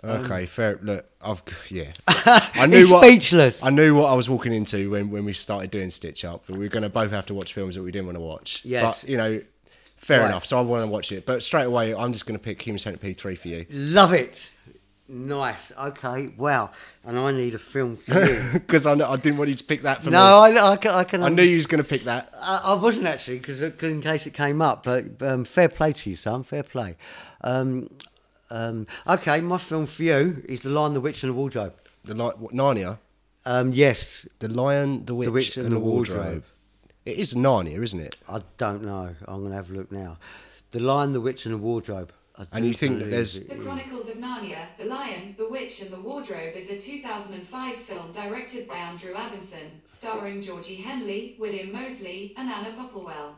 Okay, fair. Look, I've yeah. I knew
Um, He's
what
speechless.
I knew what I was walking into when, when we started doing Stitch Up. But we were going to both have to watch films that we didn't want to watch.
Yes.
but you know, fair
Right.
enough. So I want to watch it, but straight away I'm just going to pick Human Centipede Three for you
Love it. Nice. Okay. Wow. And I need a film for you.
because I, kn- I didn't want you to pick that for
no,
me.
I, I can. I, can
I knew you was going to pick that.
I, I wasn't actually because in case it came up. But um, fair play to you, son. Fair play. Um, um, okay. My film for you is The Lion, the Witch, and the Wardrobe.
The li- what, Narnia,
Um, yes.
the Lion, the Witch,
Witch
and,
and
the
the
wardrobe.
Wardrobe.
It is Narnia, isn't it?
I don't know. I'm going to have a look now. The Lion, the Witch, and the Wardrobe. I
And
do
you think that
believe
there's-
it
The
is.
Chronicles of Narnia, The Lion, the Witch and the Wardrobe is a 2005 film directed by Andrew Adamson, starring Georgie Henley, William Moseley and Anna Popplewell.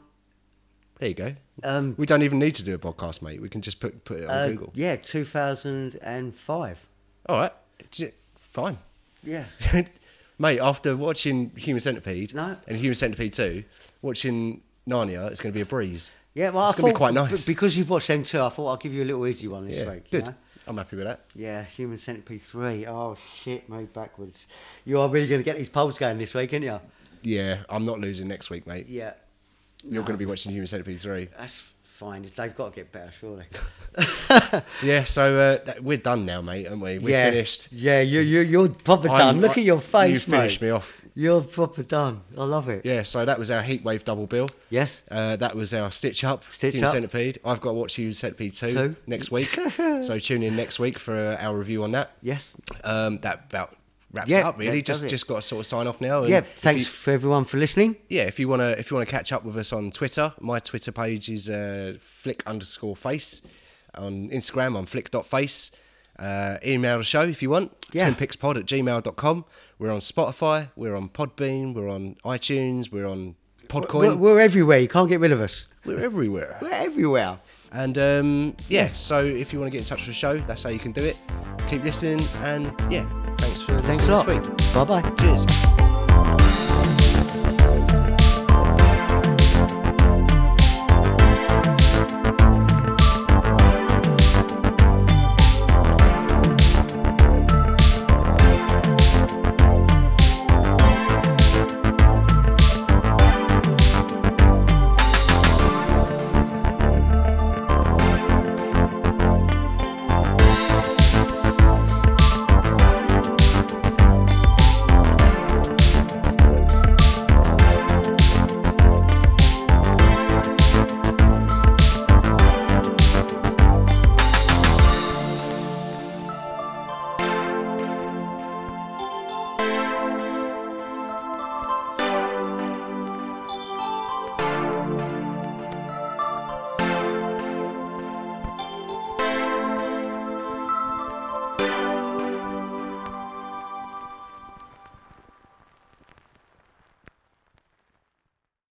There you go.
Um,
We don't even need to do a podcast, mate. We can just put put it on
uh,
Google.
yeah, 2005.
All right, J- fine.
Yeah.
Mate, after watching Human Centipede
No.
and Human Centipede 2, watching Narnia, it's going to be a breeze.
Yeah, well,
it's
I
going to
thought
be quite
b-
nice.
because you've watched them too. I thought I'll give you a little easy one this
yeah,
week. you
good.
know?
I'm happy with that.
Yeah, Human Centipede three. Oh shit, move backwards. You are really going to get these polls going this week, aren't you?
Yeah, I'm not losing next week, mate.
Yeah,
You're going to be watching Human Centipede 3.
that's fine. They've got to get better, surely.
Yeah, so uh, that, we're done now, mate, aren't we? We're
yeah.
finished.
Yeah, you you you're proper done.
I'm-
Look
I-
at your face,
You
mate.
finished me off.
You're proper done. I love it.
Yeah, so that was our Heatwave double bill.
Yes.
Uh, that was our Stitch Up,
Stitch
Human
Up.
Centipede. I've got to watch Human Centipede 2
Two.
next week. so tune in next week for uh, our review on that.
Yes.
um, that about wraps
Yeah,
it up really
that does
just
it.
just got to sort of sign off now and
Yeah.
if
Thanks
you-
for everyone for listening.
yeah if you want to if you want to catch up with us on twitter my twitter page is uh, flick underscore face on instagram i'm flick.face uh, email the show if you want
Yeah.
twinpixpod at gmail.com we're on spotify we're on podbean we're on itunes we're on
We're,
podcoin we're,
we're everywhere. You can't get rid of us.
everywhere
We're everywhere.
and um, yeah so if you want to get in touch with the show that's how you can do it keep listening and yeah thanks for
Thanks
listening
a lot.
this week
Bye bye.
cheers